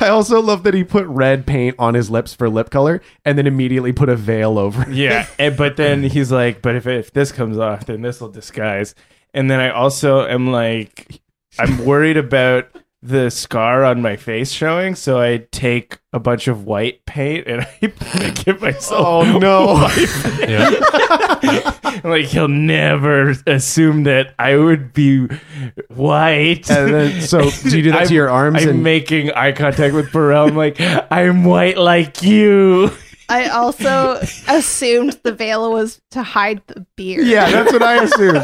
[SPEAKER 2] I also love that he put red paint on his lips for lip color and then immediately put a veil over. it. [laughs]
[SPEAKER 4] Yeah, and, but then he's like, "But if if this comes off, then this will disguise." And then I also am like, I'm worried about the scar on my face showing, so I take a bunch of white paint and [laughs] I give myself.
[SPEAKER 2] Oh no.
[SPEAKER 3] Yeah.
[SPEAKER 4] Like he'll never assume that I would be
[SPEAKER 2] [laughs]
[SPEAKER 4] white.
[SPEAKER 2] and then so do you do
[SPEAKER 6] [laughs]
[SPEAKER 2] that
[SPEAKER 4] I'm-
[SPEAKER 2] to your arms
[SPEAKER 4] [laughs] I'm
[SPEAKER 2] and
[SPEAKER 4] making eye contact with Burrell. I'm like, I'm white like you. [laughs]
[SPEAKER 5] I [laughs] also assumed the veil was to hide the beard.
[SPEAKER 2] Yeah, that's what I assume.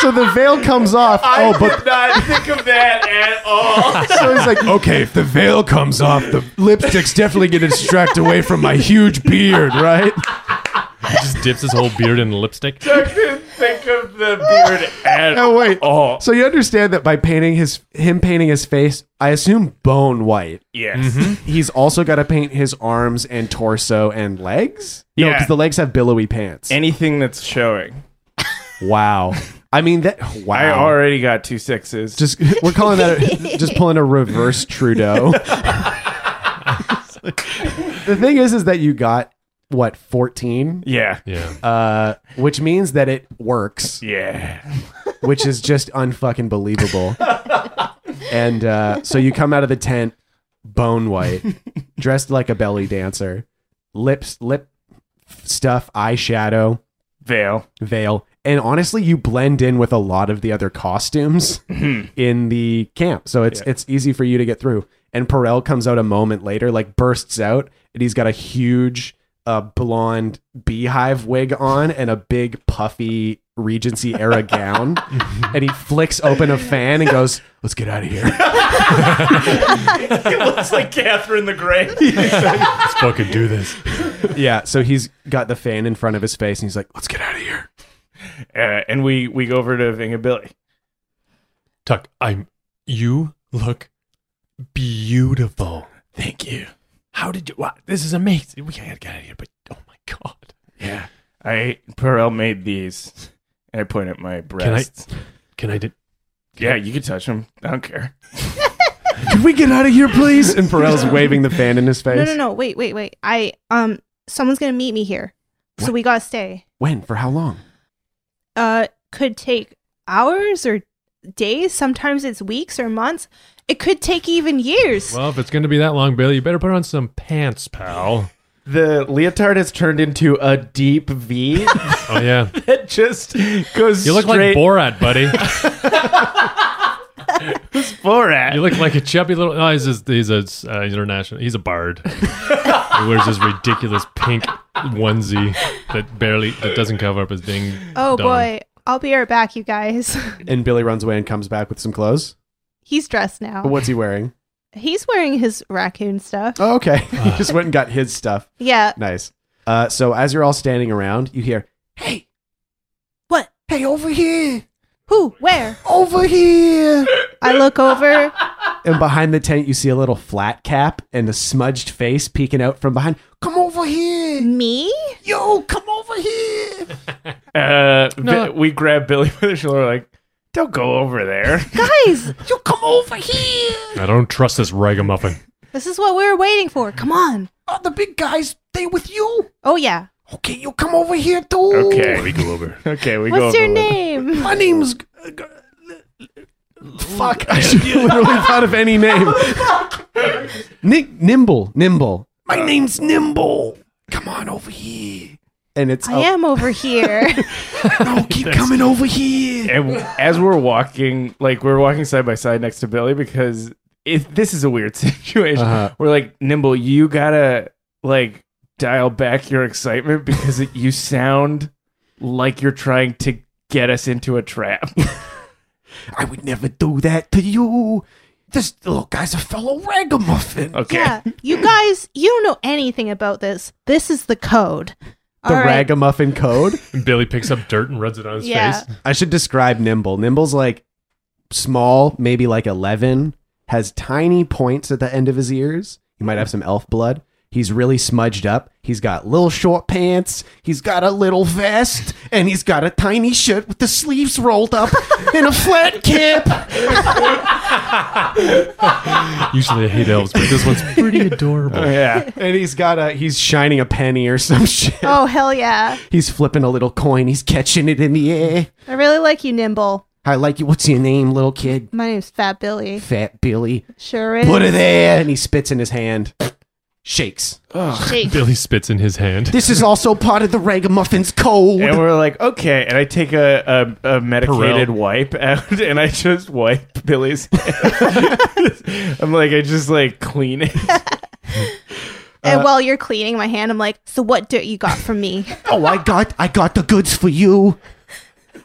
[SPEAKER 2] so the veil comes off. oh, but
[SPEAKER 4] not think of that at all. [laughs]
[SPEAKER 2] so he's [laughs] like,
[SPEAKER 6] Okay, if the veil comes off, the lipstick's definitely going to distract away from my huge beard, right?
[SPEAKER 3] He just dips his whole beard in [laughs] lipstick.
[SPEAKER 4] I didn't think of the beard
[SPEAKER 2] [laughs]
[SPEAKER 4] at
[SPEAKER 2] oh wait.
[SPEAKER 4] all.
[SPEAKER 2] So you understand that by painting his him painting his face, I assume bone white.
[SPEAKER 4] Yes.
[SPEAKER 2] He's also got to paint his arms and torso and legs. No,
[SPEAKER 4] Yeah.
[SPEAKER 2] because the legs have billowy pants.
[SPEAKER 4] Anything that's showing.
[SPEAKER 2] wow. I mean that. Wow.
[SPEAKER 4] I already got two sixes.
[SPEAKER 2] just we're calling that a, just pulling a reverse
[SPEAKER 4] [laughs]
[SPEAKER 2] Trudeau. the thing is, is that you got what fourteen,
[SPEAKER 4] yeah.
[SPEAKER 3] Yeah. [laughs]
[SPEAKER 2] uh, which means that it works,
[SPEAKER 4] Yeah.
[SPEAKER 2] which is just unfucking believable.
[SPEAKER 4] [laughs]
[SPEAKER 2] and uh, so you come out of the tent, bone
[SPEAKER 4] [laughs]
[SPEAKER 2] white, dressed like a belly dancer, lips, lip stuff, eyeshadow,
[SPEAKER 4] Veil.
[SPEAKER 2] veil. And honestly, you blend in with a lot of the other
[SPEAKER 5] [laughs]
[SPEAKER 2] costumes in the camp. So it's it's easy for you to get through. And Perel comes out a moment later, like bursts out, and he's got a huge uh, blonde beehive wig on and a big puffy Regency
[SPEAKER 5] [laughs]
[SPEAKER 2] era gown. and he flicks open a fan and goes, Let's get out of here.
[SPEAKER 4] [laughs] It looks like Catherine
[SPEAKER 2] [laughs]
[SPEAKER 4] the Great.
[SPEAKER 3] Let's fucking do this.
[SPEAKER 2] yeah. So he's got the fan in front of his face and he's like, Let's get out of here.
[SPEAKER 4] Uh, and we we go over to Vingabilly.
[SPEAKER 3] Tuck, I'm. You look beautiful.
[SPEAKER 4] Thank you.
[SPEAKER 3] How did you? Wow, this is amazing. We gotta get out of here. But oh my god,
[SPEAKER 4] Yeah. I Perel made these. And I point at my breasts.
[SPEAKER 3] can I? Did,
[SPEAKER 4] Yeah, you can touch them. I don't care.
[SPEAKER 2] Can we get out of here, please? And Perel's waving the fan in his face.
[SPEAKER 5] No, no, no. Wait, wait, wait. I um, someone's gonna meet me here, so we gotta stay.
[SPEAKER 2] When? For how long?
[SPEAKER 5] Uh, could take hours or days. Sometimes it's weeks or months. It could take even years.
[SPEAKER 3] well, if it's gonna be that long, Billy, you better put on some pants, pal.
[SPEAKER 4] The leotard has turned into a deep
[SPEAKER 2] [laughs]
[SPEAKER 4] V
[SPEAKER 3] Oh
[SPEAKER 4] [laughs]
[SPEAKER 3] yeah,
[SPEAKER 4] that just goes
[SPEAKER 3] you look like Borat,
[SPEAKER 4] [laughs]
[SPEAKER 3] buddy.
[SPEAKER 4] Borat.
[SPEAKER 3] You look like a chubby little. No, he's just, he's a uh, he's international. He's a
[SPEAKER 4] [laughs]
[SPEAKER 3] bard. he wears this ridiculous pink onesie that barely that doesn't cover up his ding.
[SPEAKER 5] oh
[SPEAKER 3] dong.
[SPEAKER 5] boy, I'll be right back, you guys. [laughs]
[SPEAKER 2] And Billy runs away and comes back with some clothes.
[SPEAKER 5] He's dressed
[SPEAKER 2] But
[SPEAKER 5] now.
[SPEAKER 2] what's he wearing?
[SPEAKER 5] He's wearing his raccoon stuff.
[SPEAKER 2] Oh, okay. [laughs] he just went and got his stuff.
[SPEAKER 5] Yeah.
[SPEAKER 2] Nice. Uh, so as you're all standing around, you hear, "Hey,
[SPEAKER 5] What?
[SPEAKER 2] hey, over here,
[SPEAKER 5] Who? Where?
[SPEAKER 2] over here!"
[SPEAKER 5] I look
[SPEAKER 2] [laughs]
[SPEAKER 5] over.
[SPEAKER 2] and behind the tent, you see a little flat cap and a smudged face peeking out from behind. Come over here,
[SPEAKER 5] Me?
[SPEAKER 2] yo! Come over here.
[SPEAKER 4] Uh, Vi-
[SPEAKER 3] No.
[SPEAKER 4] we grab Billy by the shoulder, like, don't go over
[SPEAKER 2] [laughs]
[SPEAKER 4] there.
[SPEAKER 5] Guys,
[SPEAKER 3] I don't trust this ragamuffin.
[SPEAKER 5] this is what we were waiting for. Come on.
[SPEAKER 2] Are Uh, the big guys they with you?
[SPEAKER 5] Oh, yeah.
[SPEAKER 2] Okay, you come over here too.
[SPEAKER 4] Okay, we,
[SPEAKER 3] go over.
[SPEAKER 4] [laughs] okay, we go.
[SPEAKER 5] What's
[SPEAKER 4] over
[SPEAKER 5] your
[SPEAKER 4] with
[SPEAKER 2] [laughs]
[SPEAKER 4] it.
[SPEAKER 5] name?
[SPEAKER 2] My name's. uh, g- Fuck! [laughs] I should literally thought of any
[SPEAKER 5] [laughs]
[SPEAKER 2] name. Nick Nimble, Nimble. My name's Nimble. Come on over here. And it's
[SPEAKER 5] I am
[SPEAKER 2] Oh. [laughs]
[SPEAKER 5] over here.
[SPEAKER 2] no, keep coming over here.
[SPEAKER 4] And w- as we're walking, like we're walking side by side next to Billy because it, this is a weird [laughs] situation.
[SPEAKER 2] Uh-huh.
[SPEAKER 4] We're like, Nimble, you gotta like dial back your excitement because [laughs] it, you sound like you're trying to get us into a trap. [laughs]
[SPEAKER 2] I would never do that to you. This little guy's a fellow ragamuffin.
[SPEAKER 4] Okay,
[SPEAKER 5] yeah. You guys, you don't know anything about this. This is the code.
[SPEAKER 2] The
[SPEAKER 5] All right. [laughs]
[SPEAKER 2] ragamuffin code.
[SPEAKER 3] Billy picks up dirt and rubs it on his
[SPEAKER 5] Yeah.
[SPEAKER 3] face.
[SPEAKER 2] I should describe Nimble. Nimble's like small, maybe like 11, has tiny points at the end of his ears. He might have some elf blood. He's really smudged up. He's got little short pants. He's got a little vest. And he's got a tiny shirt with the sleeves rolled
[SPEAKER 5] [laughs]
[SPEAKER 2] up and a flat cap.
[SPEAKER 3] Usually I hate elves, but this one's
[SPEAKER 4] [laughs]
[SPEAKER 3] pretty adorable.
[SPEAKER 4] Oh, yeah,
[SPEAKER 2] And he's got a, he's shining a penny or some [laughs] shit.
[SPEAKER 5] [laughs] Oh, hell yeah.
[SPEAKER 2] He's flipping a little coin. He's catching it in the air.
[SPEAKER 5] I really like you, Nimble.
[SPEAKER 2] I like you. What's your name, little kid?
[SPEAKER 5] My name's Fat Billy.
[SPEAKER 2] Fat Billy.
[SPEAKER 5] Sure is.
[SPEAKER 2] Put it there. And he spits in his hand. Shakes.
[SPEAKER 3] Billy spits in his hand.
[SPEAKER 2] This is also part of the Ragamuffin's code.
[SPEAKER 4] and we're like, okay. And I take a a, a
[SPEAKER 3] Perel.
[SPEAKER 4] medicated wipe out, [laughs] and I just wipe Billy's. hand. I'm like, I just like clean it. [laughs]
[SPEAKER 5] and while you're cleaning my hand, I'm like, so what dirt you got from me?
[SPEAKER 2] oh, I got, I got the goods for you.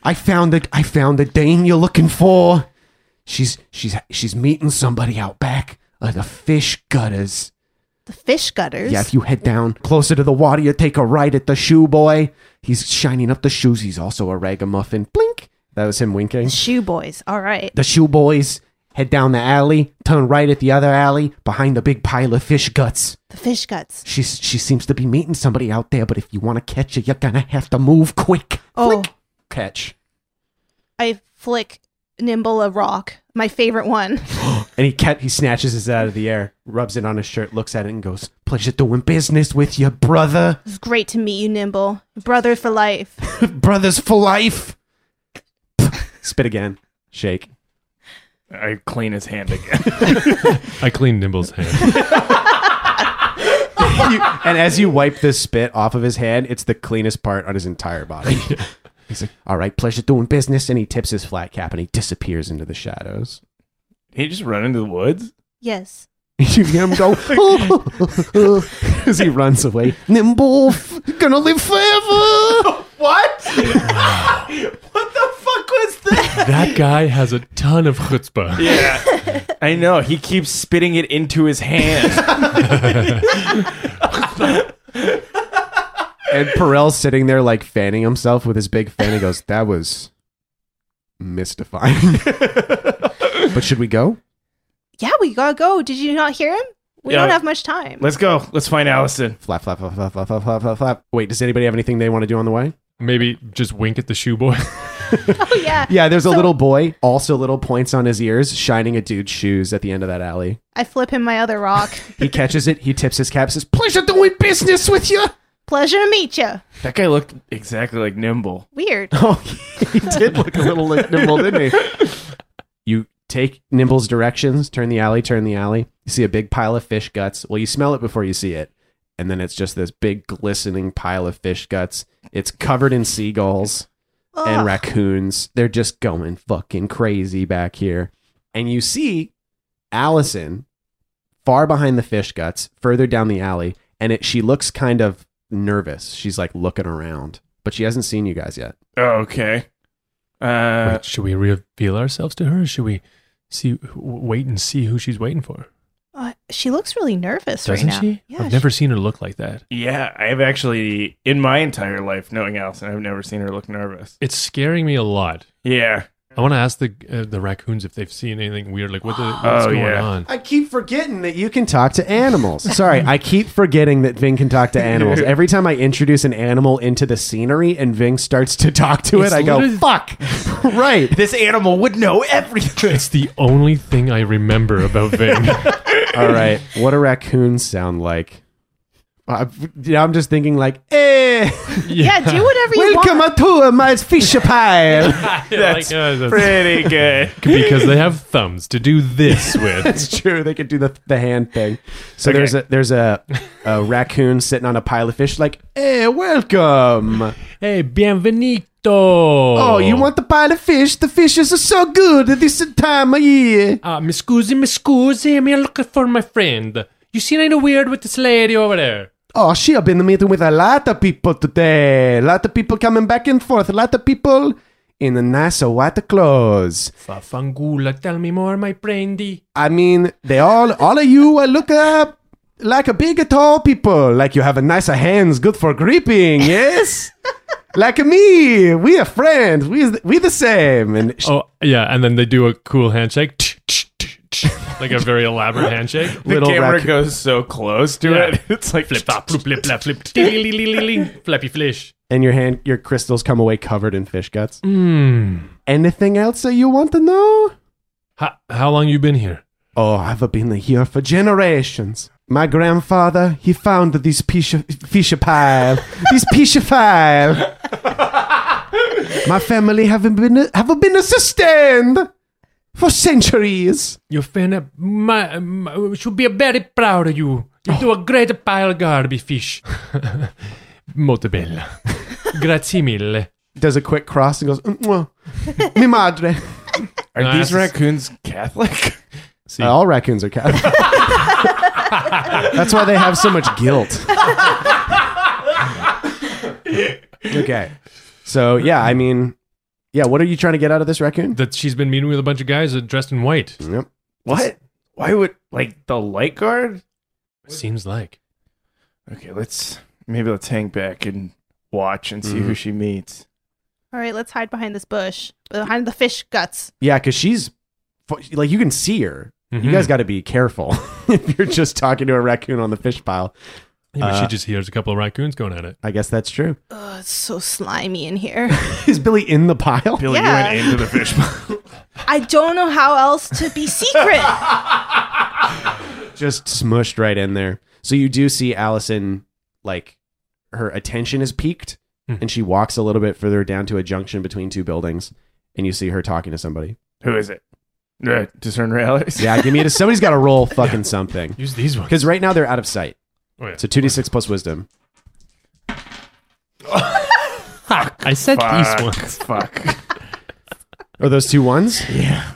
[SPEAKER 2] I found the I found the dame you're looking for. She's she's she's meeting somebody out back of the fish gutters.
[SPEAKER 5] The fish gutters.
[SPEAKER 2] Yeah, if you head down closer to the water, you take a right at the shoe boy. He's shining up the shoes. He's also a ragamuffin. Blink. That was him winking.
[SPEAKER 5] Shoe boys. All right.
[SPEAKER 2] The shoe boys head down the alley, turn right at the other alley behind the big pile of fish guts.
[SPEAKER 5] The fish guts.
[SPEAKER 2] She's she seems to be meeting somebody out there, but if you want to catch her, you're gonna have to move quick.
[SPEAKER 5] Oh,
[SPEAKER 2] Catch.
[SPEAKER 5] I flick Nimble a rock. My favorite one.
[SPEAKER 2] And he cat he snatches it out of the air, rubs it on his shirt, looks at it, and goes, "Pleasure doing business with you, brother.
[SPEAKER 5] It's great to meet you, Nimble. Brother for life.
[SPEAKER 2] Brothers for life." [laughs] Spit again. Shake.
[SPEAKER 4] I clean his hand again. [laughs]
[SPEAKER 3] I clean Nimble's hand.
[SPEAKER 2] [laughs] You- and as you wipe the spit off of his hand, it's the cleanest part on his entire body. He's like, "All right, pleasure doing business," and he tips his flat cap and he disappears into the shadows. [laughs]
[SPEAKER 4] he just run into the woods.
[SPEAKER 5] Yes.
[SPEAKER 2] You hear him go [laughs] as he runs away. Nimble, f- gonna live forever.
[SPEAKER 4] What? what the fuck was that?
[SPEAKER 3] that guy has a ton of chutzpah.
[SPEAKER 4] [laughs] I know. He keeps spitting it into his [laughs] hand.
[SPEAKER 2] And Perel's sitting there like fanning himself with his big fan. He goes, "That was mystifying." [laughs] but should we go?
[SPEAKER 5] Yeah, we gotta go. Did you not hear him? We
[SPEAKER 4] Yeah.
[SPEAKER 5] don't have much time.
[SPEAKER 4] Let's go. Let's find Allison.
[SPEAKER 2] Flap, flap, flap, flap, flap, flap, flap, flap, flap. Wait, does anybody have anything they want to do on the way?
[SPEAKER 3] Maybe just wink at the shoe boy.
[SPEAKER 5] oh yeah.
[SPEAKER 2] Yeah, there's a
[SPEAKER 5] So-
[SPEAKER 2] little boy, also little points on his ears, shining a dude's shoes at the end of that alley.
[SPEAKER 5] I flip him my
[SPEAKER 3] [laughs]
[SPEAKER 5] other rock. [laughs]
[SPEAKER 2] He catches it. He tips his cap. Says, "Pleasure doing business with you."
[SPEAKER 5] Pleasure to meet you.
[SPEAKER 4] That guy looked exactly like Nimble.
[SPEAKER 5] Weird.
[SPEAKER 2] Oh, [laughs] he did look a little like Nimble, didn't he? You take Nimble's directions, turn the alley, turn the alley. You see a big pile of fish guts. Well, you smell it before you see it. And then it's just this big glistening pile of fish guts. It's covered in seagulls and
[SPEAKER 5] Ugh.
[SPEAKER 2] raccoons. They're just going fucking crazy back here. And you see Allison far behind the fish guts, further down the alley, and it she looks kind of nervous. She's like looking around, but she hasn't seen you guys yet.
[SPEAKER 4] Oh, okay. Uh,
[SPEAKER 3] Wait, should we reveal ourselves to her? Or should we see, w- wait and see who she's waiting for?
[SPEAKER 5] Uh, she looks really nervous
[SPEAKER 3] Doesn't
[SPEAKER 5] right now.
[SPEAKER 3] she?
[SPEAKER 5] Yeah,
[SPEAKER 3] I've never seen her look like that.
[SPEAKER 4] yeah, I've actually, in my entire life, knowing Allison, I've never seen her look nervous.
[SPEAKER 3] It's scaring me a lot.
[SPEAKER 4] Yeah.
[SPEAKER 3] I want to ask the uh, the raccoons if they've seen anything weird, like what the, what's
[SPEAKER 4] Oh,
[SPEAKER 3] going
[SPEAKER 4] yeah.
[SPEAKER 3] on.
[SPEAKER 2] I keep forgetting that you can talk to animals. [laughs] Sorry, I keep forgetting that Ving can talk to animals. [laughs] Every time I introduce an animal into the scenery and Ving starts to talk to
[SPEAKER 3] It's
[SPEAKER 2] it, I go,
[SPEAKER 3] literally-
[SPEAKER 2] fuck. [laughs] right.
[SPEAKER 4] This animal would know everything.
[SPEAKER 3] It's the only thing I remember about Ving.
[SPEAKER 2] All right. What do raccoons sound like? I, yeah, I'm just thinking like, eh,
[SPEAKER 5] Yeah, [laughs] do whatever you
[SPEAKER 2] welcome
[SPEAKER 5] want.
[SPEAKER 2] to my fish pile. [laughs]
[SPEAKER 3] That's
[SPEAKER 4] [laughs] Pretty good.
[SPEAKER 3] uh, [laughs] because they have thumbs to do
[SPEAKER 2] [laughs]
[SPEAKER 3] this with.
[SPEAKER 2] That's true. They could do the, the hand thing. So there's a there's a, a raccoon sitting on a pile of fish like, eh, welcome.
[SPEAKER 3] hey, bienvenido.
[SPEAKER 2] Oh, you want the pile of fish? The fishes are so good at this time of year.
[SPEAKER 3] Uh, mi scusi, mi scusi, I'm here looking for my friend. You seen anything weird with this lady over there?
[SPEAKER 2] Oh, she have been meeting with a lot of people today. A lot of people coming back and forth. A lot of people in the nice white clothes.
[SPEAKER 3] Fafangula, tell me more, my friendy.
[SPEAKER 2] I mean, they all, all of you uh, look up like a big tall people. Like you have a nicer hands, good for gripping. Yes. like me, we are friends. We we the same. And sh-
[SPEAKER 3] Oh, yeah, and then they do a cool handshake. like a very elaborate handshake. [laughs]
[SPEAKER 4] The
[SPEAKER 2] Little
[SPEAKER 4] camera
[SPEAKER 2] raccoon-
[SPEAKER 4] goes so close to
[SPEAKER 3] Yeah.
[SPEAKER 4] it. It's like
[SPEAKER 3] flip, flop, flip, flip, flap, flip, dilly-lily-lily-ling. flappy fish.
[SPEAKER 2] and your hand, your crystals come away covered in fish guts.
[SPEAKER 3] Hmm.
[SPEAKER 2] Anything else that you want to know?
[SPEAKER 3] How, how long you been here?
[SPEAKER 2] Oh, I've been here for generations. My grandfather, he found this piece of fish pile. this piece of pile. My family have been have been sustained for centuries.
[SPEAKER 3] Your friend, my, my, should be very proud of you. You do a great pile of garbage fish. [laughs] Molto bella. [laughs] Grazie mille.
[SPEAKER 2] Does a quick cross and goes, "Mwah. mi madre.
[SPEAKER 4] Are
[SPEAKER 3] No,
[SPEAKER 4] these
[SPEAKER 3] that's-
[SPEAKER 4] raccoons Catholic?
[SPEAKER 3] See,
[SPEAKER 2] Uh, all raccoons are Catholic. That's why they have so much guilt. okay. So, yeah, I mean, Yeah, what are you trying to get out of this raccoon?
[SPEAKER 3] That she's been meeting with a bunch of guys that dressed in white.
[SPEAKER 2] Yep.
[SPEAKER 4] What? Why would like the light guard?
[SPEAKER 3] Seems like.
[SPEAKER 4] Okay, let's maybe let's hang back and watch and see who she meets.
[SPEAKER 5] All right, let's hide behind this bush, behind the fish guts.
[SPEAKER 2] Yeah, because she's fu- like you can see her.
[SPEAKER 3] Mhm.
[SPEAKER 2] You guys got to be careful [laughs] if you're just talking to a raccoon on the fish pile.
[SPEAKER 3] Yeah, but
[SPEAKER 2] uh,
[SPEAKER 3] she just hears a couple of raccoons going at it.
[SPEAKER 2] I guess that's true.
[SPEAKER 5] Ugh, it's so slimy in here.
[SPEAKER 2] Is Billy in the pile?
[SPEAKER 4] Billy,
[SPEAKER 5] Yeah.
[SPEAKER 4] you went into the fish.
[SPEAKER 5] I don't know how else to be secret.
[SPEAKER 2] just smushed right in there. So you do see Allison, like her attention is peaked,
[SPEAKER 3] Hmm.
[SPEAKER 2] and she walks a little bit further down to a junction between two buildings, and you see her talking to somebody.
[SPEAKER 4] [laughs] who is it? Uh, discern [laughs] realities.
[SPEAKER 2] Yeah, give me a. Somebody's got to roll fucking something
[SPEAKER 3] Use these ones.
[SPEAKER 2] because right now they're out of sight.
[SPEAKER 3] Oh, yeah.
[SPEAKER 2] So two d six plus wisdom.
[SPEAKER 7] I said these
[SPEAKER 4] Fuck.
[SPEAKER 7] ones.
[SPEAKER 4] Fuck. [laughs]
[SPEAKER 2] Are those two ones? Yeah.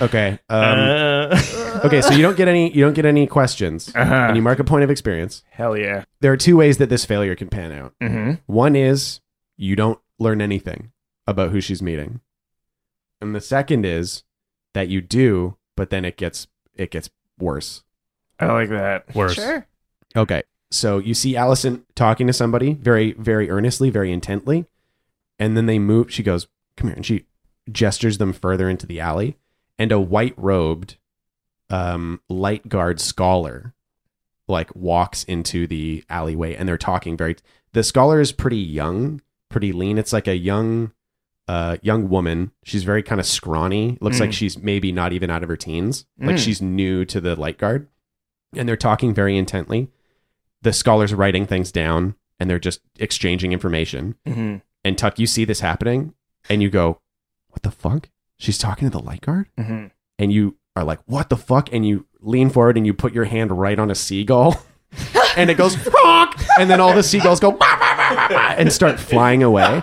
[SPEAKER 2] okay. Um,
[SPEAKER 4] Uh,
[SPEAKER 2] okay. So you don't get any. You don't get any questions,
[SPEAKER 4] [laughs] uh-huh.
[SPEAKER 2] and you mark a point of experience.
[SPEAKER 4] Hell yeah.
[SPEAKER 2] There are two ways that this failure can pan out.
[SPEAKER 4] Mm-hmm.
[SPEAKER 2] One is you don't learn anything about who she's meeting. And the second is that you do, but then it gets it gets worse.
[SPEAKER 4] I like
[SPEAKER 3] [laughs]
[SPEAKER 4] that.
[SPEAKER 3] Worse.
[SPEAKER 5] sure.
[SPEAKER 2] Okay. So you see Allison talking to somebody very very earnestly, very intently, and then they move she goes, "Come here." And she gestures them further into the alley, and a white-robed um light guard scholar like walks into the alleyway and they're talking very the scholar is pretty young pretty lean it's like a young uh young woman she's very kind of scrawny looks
[SPEAKER 4] Mm.
[SPEAKER 2] like she's maybe not even out of her teens like
[SPEAKER 4] Mm.
[SPEAKER 2] she's new to the light guard and they're talking very intently the scholar's writing things down and they're just exchanging information
[SPEAKER 4] Mm-hmm.
[SPEAKER 2] and tuck you see this happening and you go what the fuck she's talking to the light guard
[SPEAKER 4] [laughs] Mm-hmm.
[SPEAKER 2] and you are like, "What the fuck?" and you lean forward and you put your hand right on a seagull, and it goes honk, and then all the seagulls go "Bah, bah, bah, bah, bah," and start flying away.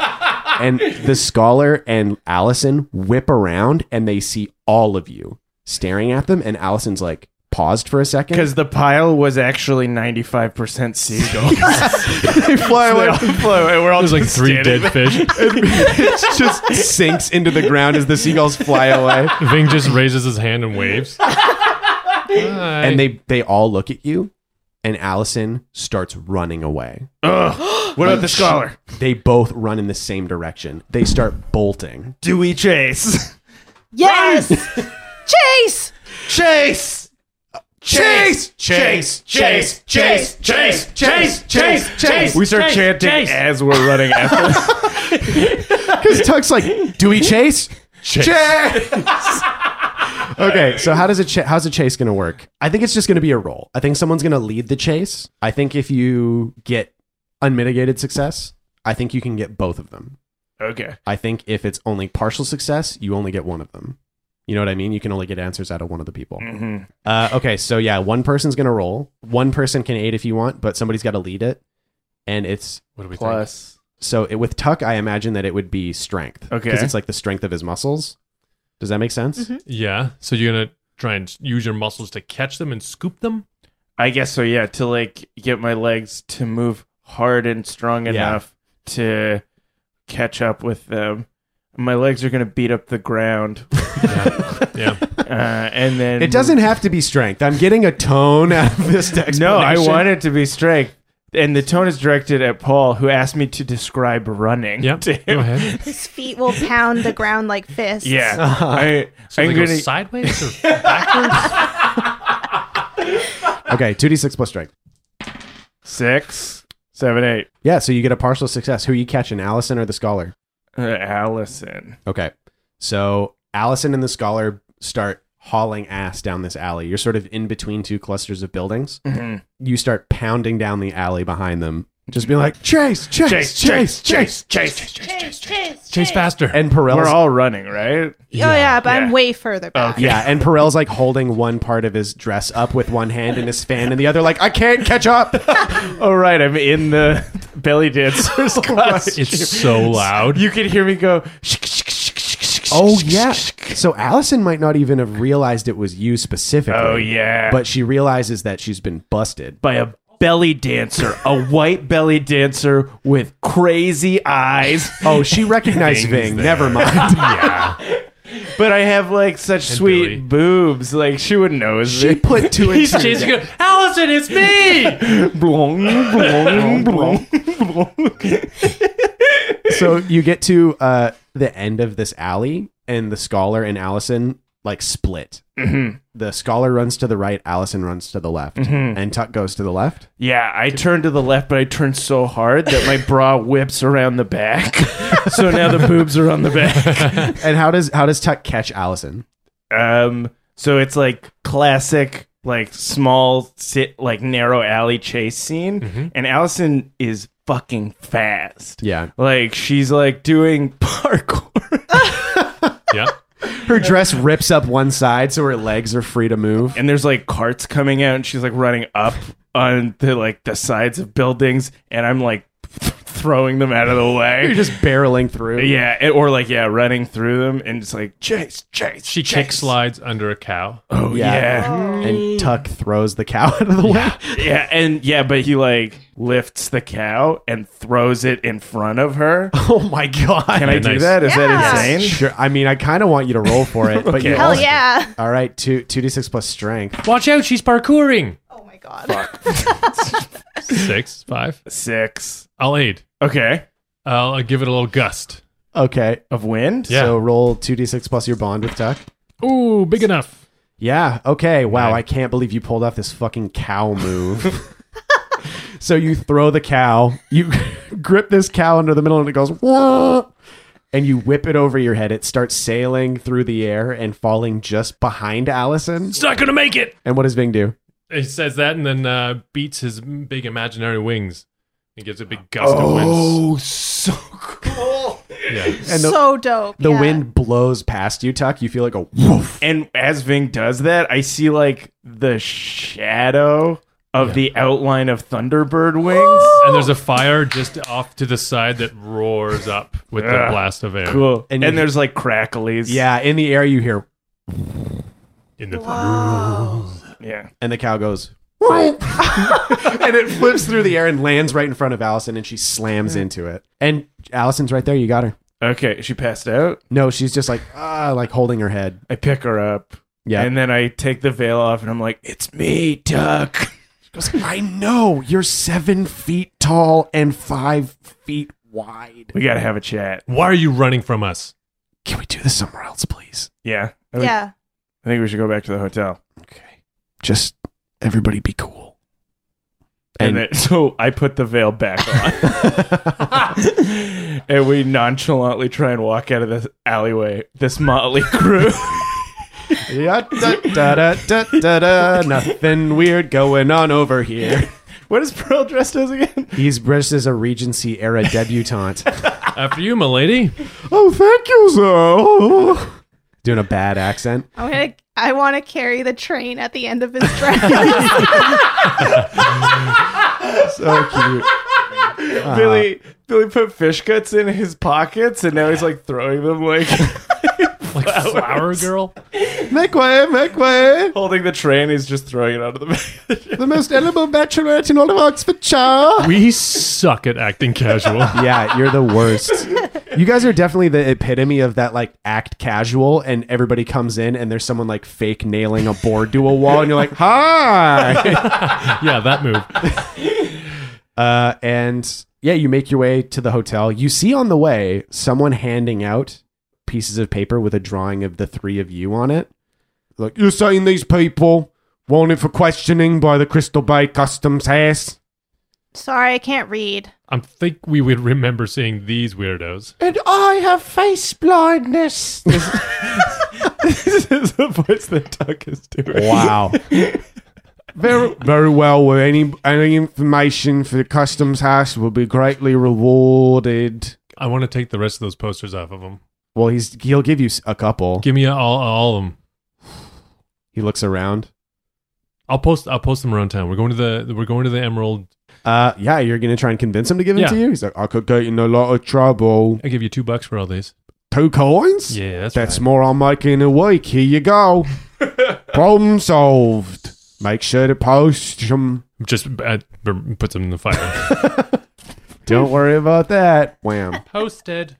[SPEAKER 2] And the scholar and Allison whip around, and they see all of you staring at them. And Allison's like paused for a second
[SPEAKER 4] Because the pile was actually 95% [laughs] seagull.
[SPEAKER 2] [laughs] they fly
[SPEAKER 4] [laughs] We're all
[SPEAKER 3] There's like three dead
[SPEAKER 2] [laughs]
[SPEAKER 3] fish. [laughs]
[SPEAKER 2] it just sinks into the ground as the seagulls fly away.
[SPEAKER 3] Ving just raises his hand [laughs] and waves.
[SPEAKER 2] And they they all look at you, and Allison starts running away.
[SPEAKER 4] What about the scholar?
[SPEAKER 2] They both run in the same direction. They start bolting.
[SPEAKER 4] Do we chase?
[SPEAKER 3] [laughs]
[SPEAKER 5] Yes. Chase.
[SPEAKER 4] Chase! [laughs] Chase! Chase! Chase! Chase! Chase! Chase! Chase! Chase! We start chanting [laughs] as we're running after. [laughs] them.
[SPEAKER 2] Because Tuck's like, do we chase? Chase. okay, so how does a cha- how's a chase going to work? I think it's just going to be a roll. I think someone's going to lead the chase. I think if you get unmitigated success, I think you can get both of them.
[SPEAKER 4] okay.
[SPEAKER 2] I think if it's only partial success, you only get one of them. You know what I mean? You can only get answers out of one of the people.
[SPEAKER 4] Mm-hmm.
[SPEAKER 2] Uh, okay, so yeah, one person's going to roll. One person can aid if you want, but somebody's got to lead it. And it's
[SPEAKER 3] what do we think?
[SPEAKER 4] Plus.
[SPEAKER 2] So it, with Tuck, I imagine that it would be strength.
[SPEAKER 4] Okay.
[SPEAKER 2] Because it's like the strength of his muscles. Does that make sense?
[SPEAKER 3] Mm-hmm.
[SPEAKER 5] Mhm.
[SPEAKER 3] Yeah. So you're gonna try and use your muscles to catch them and scoop them.
[SPEAKER 4] I guess so, yeah, to like get my legs to move hard and strong
[SPEAKER 2] Yeah.
[SPEAKER 4] enough to catch up with them. My legs are going to beat up the ground.
[SPEAKER 3] Yeah. yeah.
[SPEAKER 4] Uh, and then.
[SPEAKER 2] It doesn't have to be strength. I'm getting a tone out of this
[SPEAKER 4] [laughs]
[SPEAKER 2] explanation.
[SPEAKER 4] No, I want it to be strength. And the tone is directed at Paul, who asked me to describe running
[SPEAKER 3] Yep.
[SPEAKER 4] to him.
[SPEAKER 3] Go ahead.
[SPEAKER 5] His feet will pound the ground like fists.
[SPEAKER 4] Yeah.
[SPEAKER 2] Uh-huh.
[SPEAKER 4] I,
[SPEAKER 3] So
[SPEAKER 4] I'm
[SPEAKER 3] they go
[SPEAKER 4] gonna-
[SPEAKER 3] sideways or backwards.
[SPEAKER 2] Okay, 2d6 plus strength.
[SPEAKER 4] Six, seven, eight.
[SPEAKER 2] Yeah, so you get a partial success. Who are you catching, Allison or the scholar?
[SPEAKER 4] Uh, Allison.
[SPEAKER 2] Okay. So Allison and the scholar start hauling ass down this alley. You're sort of in between two clusters of buildings.
[SPEAKER 4] Mhm.
[SPEAKER 2] You start pounding down the alley behind them, just being like, chase, chase, chase, chase.
[SPEAKER 4] chase, chase, chase, chase.
[SPEAKER 5] Chase, chase,
[SPEAKER 3] [laughs] Chase faster.
[SPEAKER 2] And Perel's
[SPEAKER 4] We're all running, right?
[SPEAKER 5] Oh yeah, but I'm
[SPEAKER 4] Yeah.
[SPEAKER 5] way further
[SPEAKER 2] [laughs]
[SPEAKER 5] back.
[SPEAKER 2] Yeah, and Perel's like holding one part of his dress up with one hand in his fan, and the other like I can't catch
[SPEAKER 4] [laughs]
[SPEAKER 2] up.
[SPEAKER 4] Oh, right. I'm in the [laughs] belly [laughs] dancers class.
[SPEAKER 3] it's so loud.
[SPEAKER 4] You could hear me go. "Shk, shk, shk, shk, shk,
[SPEAKER 2] oh
[SPEAKER 4] shk,
[SPEAKER 2] yeah.
[SPEAKER 4] shk, shk."
[SPEAKER 2] So Allison might not even have realized it was you specifically.
[SPEAKER 4] Oh yeah.
[SPEAKER 2] But she realizes that she's been busted.
[SPEAKER 4] by a belly dancer, a white belly dancer with crazy [laughs] eyes.
[SPEAKER 2] Oh, she recognized Ving. Never
[SPEAKER 4] [laughs]
[SPEAKER 2] mind.
[SPEAKER 4] But I have like such sweet
[SPEAKER 3] Billy.
[SPEAKER 4] boobs. Like she would know. [laughs]
[SPEAKER 2] She put two and two.
[SPEAKER 3] She's good. Allison, it's me.
[SPEAKER 4] [laughs] blong, blong, blong, blong.
[SPEAKER 2] so you get to uh, the end of this alley, and the scholar and Allison like split.
[SPEAKER 4] Mm-hmm.
[SPEAKER 2] The scholar runs to the right, Allison runs to the left, and Tuck goes to the left.
[SPEAKER 4] Yeah, I turned to the left, but I turned so hard that my
[SPEAKER 2] [laughs]
[SPEAKER 4] bra whips around the back. [laughs] so now the boobs are on the back.
[SPEAKER 2] And how does how does Tuck catch Allison?
[SPEAKER 4] Um, so it's like classic, like small, sit, like narrow alley chase scene, and Allison is fucking fast.
[SPEAKER 2] Mm-hmm. Yeah,
[SPEAKER 4] Like she's like doing [laughs] parkour,
[SPEAKER 3] yeah.
[SPEAKER 2] her dress rips up one side, so her legs are free to move.
[SPEAKER 4] and there's like carts coming out, and she's like running up on the like the sides of buildings, and I'm like [laughs] throwing them out of the way.
[SPEAKER 2] You're just barreling through.
[SPEAKER 4] Yeah, it- or like yeah, running through them and it's like chase, chase.
[SPEAKER 3] She kick
[SPEAKER 4] chase.
[SPEAKER 3] slides under a cow.
[SPEAKER 4] Oh yeah.
[SPEAKER 2] and Tuck throws the cow [laughs] out of the way.
[SPEAKER 4] yeah, and yeah, but he like lifts the cow and throws it in front of her.
[SPEAKER 2] [laughs] Oh my god!
[SPEAKER 4] Can I
[SPEAKER 3] Yeah,
[SPEAKER 4] do
[SPEAKER 3] nice.
[SPEAKER 4] that? Is
[SPEAKER 5] Yeah.
[SPEAKER 4] that insane?
[SPEAKER 2] Sure. I mean, I kind of want you to roll for it, but you
[SPEAKER 4] Okay.
[SPEAKER 5] Hell
[SPEAKER 2] also-
[SPEAKER 5] yeah.
[SPEAKER 2] All right, two two d six plus strength.
[SPEAKER 3] Watch out, she's parkouring.
[SPEAKER 5] Oh my god. [laughs]
[SPEAKER 3] Six, five.
[SPEAKER 4] Six.
[SPEAKER 3] I'll aid.
[SPEAKER 4] Okay.
[SPEAKER 3] I'll give it a little gust.
[SPEAKER 2] Okay,
[SPEAKER 4] Of wind?
[SPEAKER 3] Yeah.
[SPEAKER 2] so roll two d six plus your bond with Tuck.
[SPEAKER 3] Ooh, big enough.
[SPEAKER 2] Yeah. Okay. Wow.
[SPEAKER 3] Nine.
[SPEAKER 2] I can't believe you pulled off this fucking cow move. [laughs] so you throw the cow, you [laughs] grip this cow under the middle, and it goes, Whoa! and you whip it over your head. It starts sailing through the air and falling just behind Allison.
[SPEAKER 3] It's not gonna make it.
[SPEAKER 2] And what does Ving do?
[SPEAKER 3] He says that and then uh, beats his m- big imaginary wings. He gives a big gust of winds.
[SPEAKER 4] Oh, so cool.
[SPEAKER 3] Yeah.
[SPEAKER 2] And the,
[SPEAKER 5] so dope.
[SPEAKER 2] the
[SPEAKER 5] yeah.
[SPEAKER 2] wind blows past you, Tuck. You feel like a woof.
[SPEAKER 4] And as Ving does that, I see like the shadow of the outline of Thunderbird
[SPEAKER 3] [gasps]
[SPEAKER 4] wings.
[SPEAKER 3] And there's a fire just off to the side that roars up with the
[SPEAKER 4] Yeah.
[SPEAKER 3] blast of air.
[SPEAKER 4] cool.
[SPEAKER 2] And
[SPEAKER 4] And,
[SPEAKER 2] you-
[SPEAKER 4] there's like cracklies.
[SPEAKER 2] Yeah. In the air, you hear,
[SPEAKER 3] In the
[SPEAKER 4] Yeah.
[SPEAKER 2] and the cow goes. "Whoa!" [laughs] and it flips through the air and lands right in front of Allison, and she slams into it. And Allison's right there. You got her.
[SPEAKER 4] Okay. She passed out.
[SPEAKER 2] No, she's just like ah, like holding her head.
[SPEAKER 4] I pick her up.
[SPEAKER 2] Yeah.
[SPEAKER 4] And then I take the veil off and I'm like, it's me, Tuck.
[SPEAKER 2] I know you're seven feet tall and five feet wide.
[SPEAKER 4] We got to have a chat.
[SPEAKER 3] Why are you running from us?
[SPEAKER 2] Can we do this somewhere else, please?
[SPEAKER 4] Yeah. I think,
[SPEAKER 5] Yeah.
[SPEAKER 4] I think we should go back to the hotel.
[SPEAKER 2] Okay, just everybody be cool. And-
[SPEAKER 4] And, then, [laughs] so I put the veil back on. [laughs] and we nonchalantly try and walk out of this alleyway, this motley
[SPEAKER 2] [laughs]
[SPEAKER 4] crew. [laughs]
[SPEAKER 2] Yeah, da, da, da, da, da, da. Nothing weird going on over here.
[SPEAKER 4] what is Pearl dressed as again?
[SPEAKER 2] He's dressed as a Regency era debutante.
[SPEAKER 3] After Uh, you, milady.
[SPEAKER 2] oh, thank you, sir. Doing a bad accent.
[SPEAKER 5] I'm gonna. I want to carry the train at the end of his
[SPEAKER 2] [laughs]
[SPEAKER 5] dress.
[SPEAKER 2] So cute. Uh-huh.
[SPEAKER 4] Billy Billy put fish guts in his pockets and now he's like throwing them like
[SPEAKER 3] Like flower girl.
[SPEAKER 2] [laughs] Make way, make way.
[SPEAKER 4] holding the train, he's just throwing it out of the [laughs]
[SPEAKER 2] The most eligible bachelorette in all of Oxfordshire.
[SPEAKER 3] We suck at acting casual.
[SPEAKER 2] yeah, you're the worst. You guys are definitely the epitome of that like act casual and everybody comes in and there's someone like fake nailing a board to a wall and you're like, "Hi." [laughs]
[SPEAKER 3] yeah, that move.
[SPEAKER 2] Uh and yeah, you make your way to the hotel. You see on the way someone handing out pieces of paper with a drawing of the three of you on it. Like,
[SPEAKER 6] You're saying these people wanted for questioning by the Crystal Bay Customs House?
[SPEAKER 5] [laughs] Sorry, I can't read.
[SPEAKER 3] I think we would remember seeing these weirdos.
[SPEAKER 6] And I have face
[SPEAKER 2] [laughs]
[SPEAKER 6] blindness.
[SPEAKER 4] This is the voice that Tuck is doing.
[SPEAKER 2] wow.
[SPEAKER 6] very, very well. With any any information for the customs house will be greatly rewarded.
[SPEAKER 3] I want to take the rest of those posters off of them.
[SPEAKER 2] well, he's he'll give you s- a couple.
[SPEAKER 3] Give me all all of them.
[SPEAKER 2] He looks around.
[SPEAKER 3] I'll post I'll post them around town. We're going to the we're going to the Emerald.
[SPEAKER 2] Uh, yeah, you're gonna try and convince him to give it
[SPEAKER 3] Yeah.
[SPEAKER 2] to you. He's like, I could get in a lot of trouble.
[SPEAKER 3] I give you two bucks for all these.
[SPEAKER 2] Two coins?
[SPEAKER 3] Yeah, that's, [laughs]
[SPEAKER 2] That's more I'll make in a week. Here you go. Problem solved.
[SPEAKER 6] Make sure to post them.
[SPEAKER 3] Just uh, b- put them in the fire.
[SPEAKER 6] Don't worry about that. Wham.
[SPEAKER 3] Posted.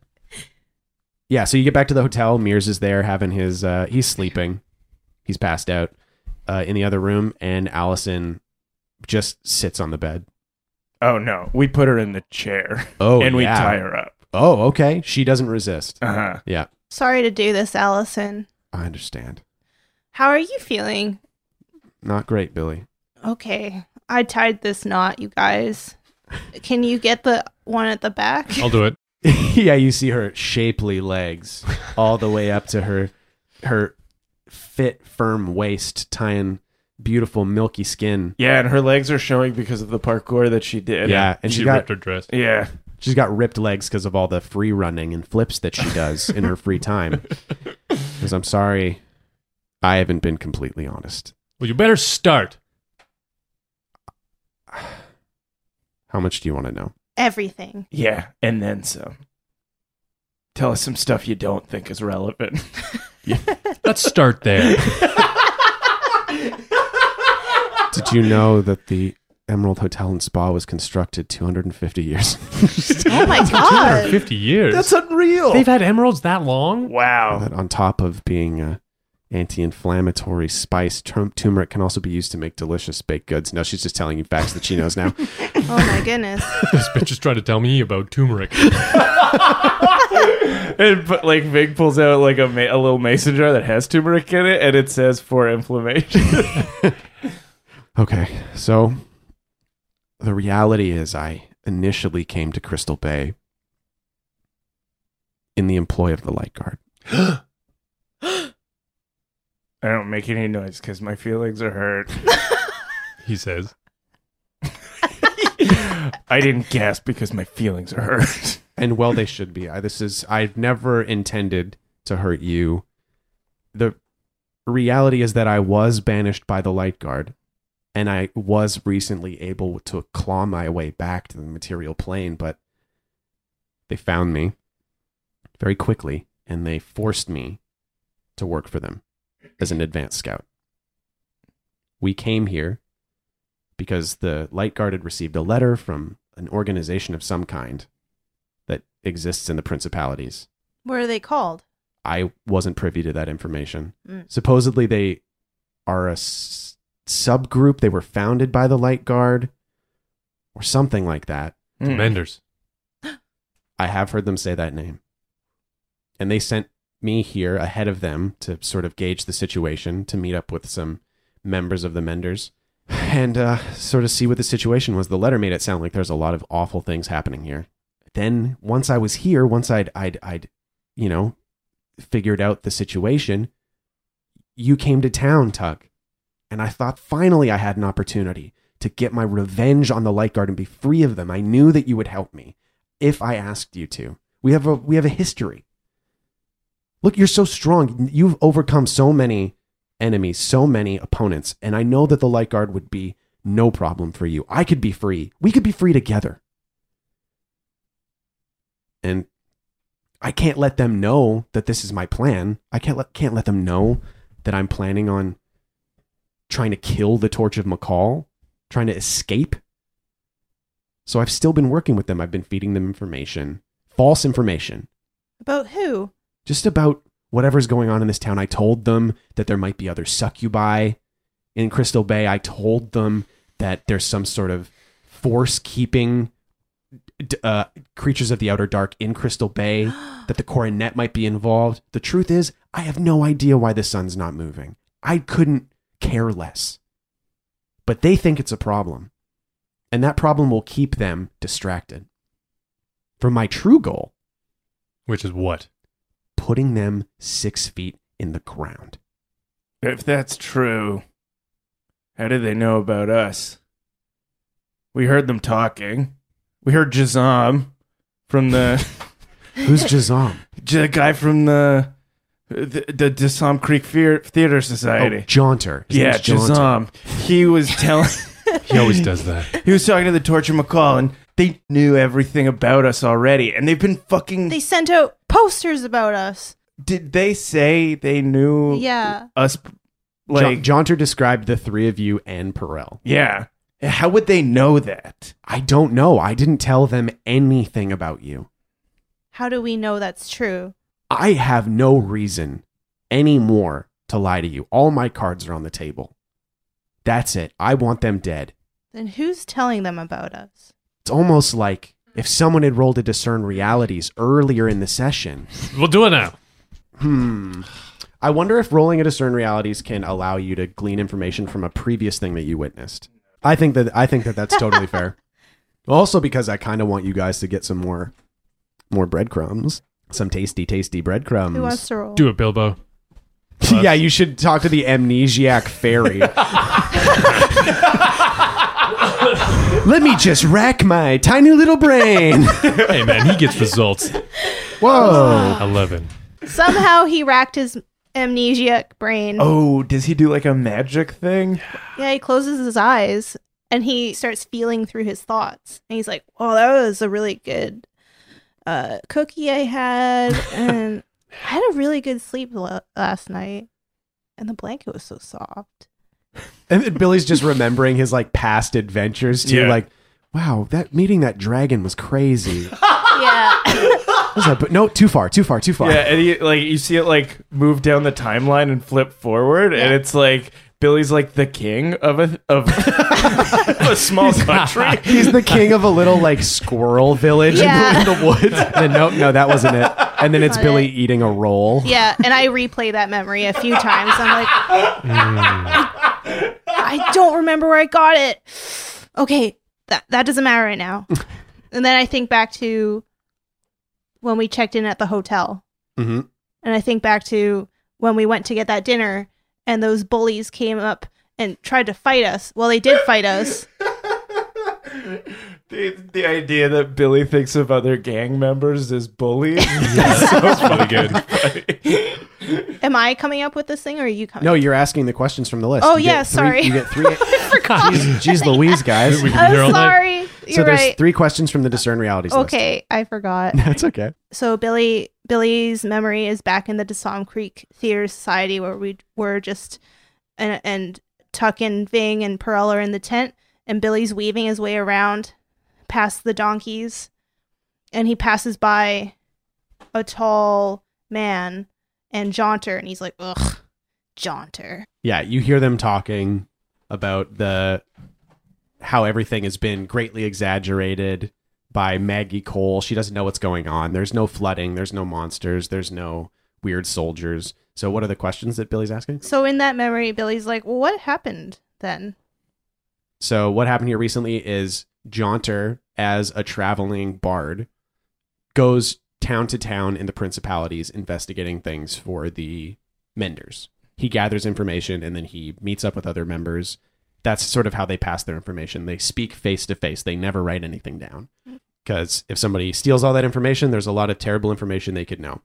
[SPEAKER 2] Yeah, so you get back to the hotel. Mears is there having his, uh, he's sleeping. He's passed out uh, in the other room, and Allison just sits on the bed.
[SPEAKER 4] Oh no, we put her in the chair
[SPEAKER 2] Oh,
[SPEAKER 4] and we
[SPEAKER 2] yeah.
[SPEAKER 4] tie her up.
[SPEAKER 2] Oh, okay. She doesn't resist.
[SPEAKER 4] Uh huh.
[SPEAKER 2] Yeah,
[SPEAKER 5] Sorry to do this, Allison.
[SPEAKER 2] I understand.
[SPEAKER 5] How are you feeling?
[SPEAKER 2] Not great, Billy.
[SPEAKER 5] Okay, I tied this knot, you guys. Can you get the one at
[SPEAKER 2] [laughs]
[SPEAKER 5] the back?
[SPEAKER 3] I'll do it.
[SPEAKER 2] [laughs] yeah, you see her shapely legs all the way up to her her fit, firm waist, tying beautiful milky skin.
[SPEAKER 4] Yeah, and her legs are showing because of the parkour that she did.
[SPEAKER 2] Yeah, and
[SPEAKER 3] she,
[SPEAKER 2] she got
[SPEAKER 3] ripped her dress.
[SPEAKER 4] Yeah.
[SPEAKER 2] she's got ripped legs because of all the free running and flips that she does in her free time. Because I'm sorry, I haven't been completely honest.
[SPEAKER 3] Well, you better start.
[SPEAKER 2] How much do you want to know?
[SPEAKER 5] Everything.
[SPEAKER 4] Yeah, and then some. Tell us some stuff you don't think is relevant.
[SPEAKER 3] Let's
[SPEAKER 2] [laughs]
[SPEAKER 3] start there.
[SPEAKER 2] Did you know that the Emerald Hotel and Spa was constructed 250 years? [laughs]
[SPEAKER 5] Oh my god.
[SPEAKER 3] 50 years.
[SPEAKER 4] unreal.
[SPEAKER 3] They've had emeralds that long?
[SPEAKER 2] [laughs]
[SPEAKER 4] wow.
[SPEAKER 2] that on top of being a anti-inflammatory spice, tur- turmeric can also be used to make delicious baked goods. No, she's just telling you facts that she knows now.
[SPEAKER 5] Oh my
[SPEAKER 2] [laughs]
[SPEAKER 5] goodness.
[SPEAKER 3] This bitch is trying to tell me about turmeric.
[SPEAKER 4] And but like Vig pulls out like a, ma- a little mason jar that has turmeric in it, and it says for inflammation. [laughs]
[SPEAKER 2] okay, so the reality is I initially came to Crystal Bay in the employ of the Light Guard.
[SPEAKER 4] I don't make any noise because my feelings are hurt.
[SPEAKER 2] [laughs]
[SPEAKER 3] He says.
[SPEAKER 4] I didn't gasp because my feelings are hurt.
[SPEAKER 2] and well they should be I, this is i've never intended to hurt you the reality is that i was banished by the light guard and i was recently able to claw my way back to the material plane but they found me very quickly and they forced me to work for them as an advanced scout we came here because the light guard had received a letter from an organization of some kind that exists in the principalities.
[SPEAKER 5] What are they called?
[SPEAKER 2] I wasn't privy to that information.
[SPEAKER 5] Mm.
[SPEAKER 2] Supposedly, they are a s- subgroup. They were founded by the Light Guard or something like that.
[SPEAKER 3] Menders.
[SPEAKER 2] I have heard them say that name. And they sent me here ahead of them to sort of gauge the situation, to meet up with some members of the Menders [sighs] and uh, sort of see what the situation was. The letter made it sound like there's a lot of awful things happening here. Then once I was here, once I'd, I'd, I'd, you know, figured out the situation, you came to town, Tuck. And I thought finally I had an opportunity to get my revenge on the Light Guard and be free of them. I knew that you would help me if I asked you to. We have a we have a history. Look, you're so strong. You've overcome so many enemies, so many opponents, and I know that the light guard would be no problem for you. I could be free. We could be free together. And I can't let them know that this is my plan. I can't let can't let them know that I'm planning on trying to kill the torch of McCall, trying to escape so I've still been working with them. I've been feeding them information, false information,
[SPEAKER 5] About who?
[SPEAKER 2] just about whatever's going on in this town. I told them that there might be other succubi in Crystal Bay. I told them that there's some sort of force keeping d- uh, creatures of the outer dark in Crystal Bay, that the coronet might be involved. The truth is, I have no idea why the sun's not moving. I couldn't care less. But they think it's a problem. And that problem will keep them distracted from my true goal
[SPEAKER 3] Which is what?
[SPEAKER 2] putting them six feet in the ground.
[SPEAKER 4] If that's true, how did they know about us? We heard them talking. We heard Jazam from the [laughs]
[SPEAKER 2] Who's Jazam?
[SPEAKER 4] the guy from the the, the Jazam Creek Fear, Theater
[SPEAKER 2] oh,
[SPEAKER 4] Society.
[SPEAKER 2] Jaunter. His
[SPEAKER 4] yeah,
[SPEAKER 2] name's Jaunter.
[SPEAKER 4] Jazam. He was telling
[SPEAKER 3] He always does that.
[SPEAKER 2] [laughs]
[SPEAKER 4] he was talking to the torture McCall and they knew everything about us already and they've been fucking
[SPEAKER 5] They sent out posters about us.
[SPEAKER 4] did they say they knew
[SPEAKER 5] Yeah.
[SPEAKER 4] us Like,
[SPEAKER 2] Jon- Jaunter described the three of you and Perel.
[SPEAKER 4] yeah. How would they know that?
[SPEAKER 2] I don't know. I didn't tell them anything about you.
[SPEAKER 5] How do we know that's true?
[SPEAKER 2] I have no reason anymore to lie to you. All my cards are on the table. That's it. I want them dead.
[SPEAKER 5] Then who's telling them about us?
[SPEAKER 2] It's almost like if someone had rolled a discern realities earlier in the session.
[SPEAKER 3] We'll do it now.
[SPEAKER 2] Hmm. I wonder if rolling a discern realities can allow you to glean information from a previous thing that you witnessed. I think that I think that that's totally fair. Also because I kind of want you guys to get some more more breadcrumbs, some tasty tasty breadcrumbs.
[SPEAKER 5] Who wants to roll?
[SPEAKER 3] Do it, Bilbo.
[SPEAKER 2] [laughs] yeah, you should talk to the amnesiac fairy. Let me just rack my tiny little brain.
[SPEAKER 3] Hey, man, he gets results.
[SPEAKER 2] Whoa.
[SPEAKER 3] 11.
[SPEAKER 5] Somehow he racked his amnesiac brain.
[SPEAKER 4] Oh, does he do like a magic thing?
[SPEAKER 5] Yeah, he closes his eyes and he starts feeling through his thoughts. And he's like, "Oh, that was a really good uh, cookie I had, and I had a really good sleep la- last night, and the blanket was so soft."
[SPEAKER 2] And then Billy's just remembering his like past adventures too.
[SPEAKER 4] Yeah.
[SPEAKER 2] Like, wow, that meeting that dragon was crazy.
[SPEAKER 5] yeah,
[SPEAKER 2] Was that- but no, too far, too far, too far.
[SPEAKER 4] Yeah, and he, like you see it like move down the timeline and flip forward, and
[SPEAKER 5] Yeah.
[SPEAKER 4] it's like Billy's like the king of a of [laughs] a small country.
[SPEAKER 2] He's the king of a little like squirrel village in the-
[SPEAKER 5] Yeah.
[SPEAKER 2] in, the, woods. And then nope, no, that wasn't it. And then it's
[SPEAKER 5] Not
[SPEAKER 2] Billy
[SPEAKER 5] it.
[SPEAKER 2] eating a roll.
[SPEAKER 5] yeah. And I replay that memory a few times. I'm like,
[SPEAKER 2] Mm.
[SPEAKER 5] I, I don't remember where I got it. Okay, that that doesn't matter
[SPEAKER 2] [laughs]
[SPEAKER 5] right now. and then I think back to when we checked in at the hotel.
[SPEAKER 2] Mm-hmm.
[SPEAKER 5] And I think back to when we went to get that dinner and those bullies came up and tried to fight us. Well, they did fight us.
[SPEAKER 4] the, the idea that Billy thinks of other gang members is bullies.
[SPEAKER 3] That's pretty good. [laughs]
[SPEAKER 5] Am I coming up with this thing or are you coming?
[SPEAKER 2] No, you're asking the questions from the list.
[SPEAKER 5] Oh,
[SPEAKER 2] You
[SPEAKER 5] yeah,
[SPEAKER 2] get three-
[SPEAKER 5] sorry.
[SPEAKER 2] You get
[SPEAKER 5] [laughs]
[SPEAKER 2] three.
[SPEAKER 7] forgot.
[SPEAKER 2] Jeez, jeez Louise, guys.
[SPEAKER 3] We can be here all
[SPEAKER 5] I'm
[SPEAKER 3] night.
[SPEAKER 5] Oh, sorry. You're
[SPEAKER 2] so there's
[SPEAKER 5] right.
[SPEAKER 2] three questions from the discern realities list.
[SPEAKER 5] okay, I
[SPEAKER 2] [laughs]
[SPEAKER 5] forgot.
[SPEAKER 2] That's okay.
[SPEAKER 5] So Billy Billy's memory is back in the Desom Creek Theater Society where we were just and and Tuck and Ving and Pearl are in the tent and Billy's weaving his way around past the donkeys and he passes by a tall man and Jaunter and he's like, Ugh, Jaunter.
[SPEAKER 2] Yeah, you hear them talking about the how everything has been greatly exaggerated by Maggie Cole. She doesn't know what's going on. There's no flooding, there's no monsters, there's no weird soldiers. So what are the questions that Billy's asking?
[SPEAKER 5] So in that memory, Billy's like, Well, what happened then?
[SPEAKER 2] So what happened here recently is Jaunter, as a traveling bard, goes town to town in the principalities investigating things for the menders. He gathers information and then he meets up with other members. That's sort of how they pass their information. They speak face to face. They never write anything down. Because if somebody steals all that information, there's a lot of terrible information they could know.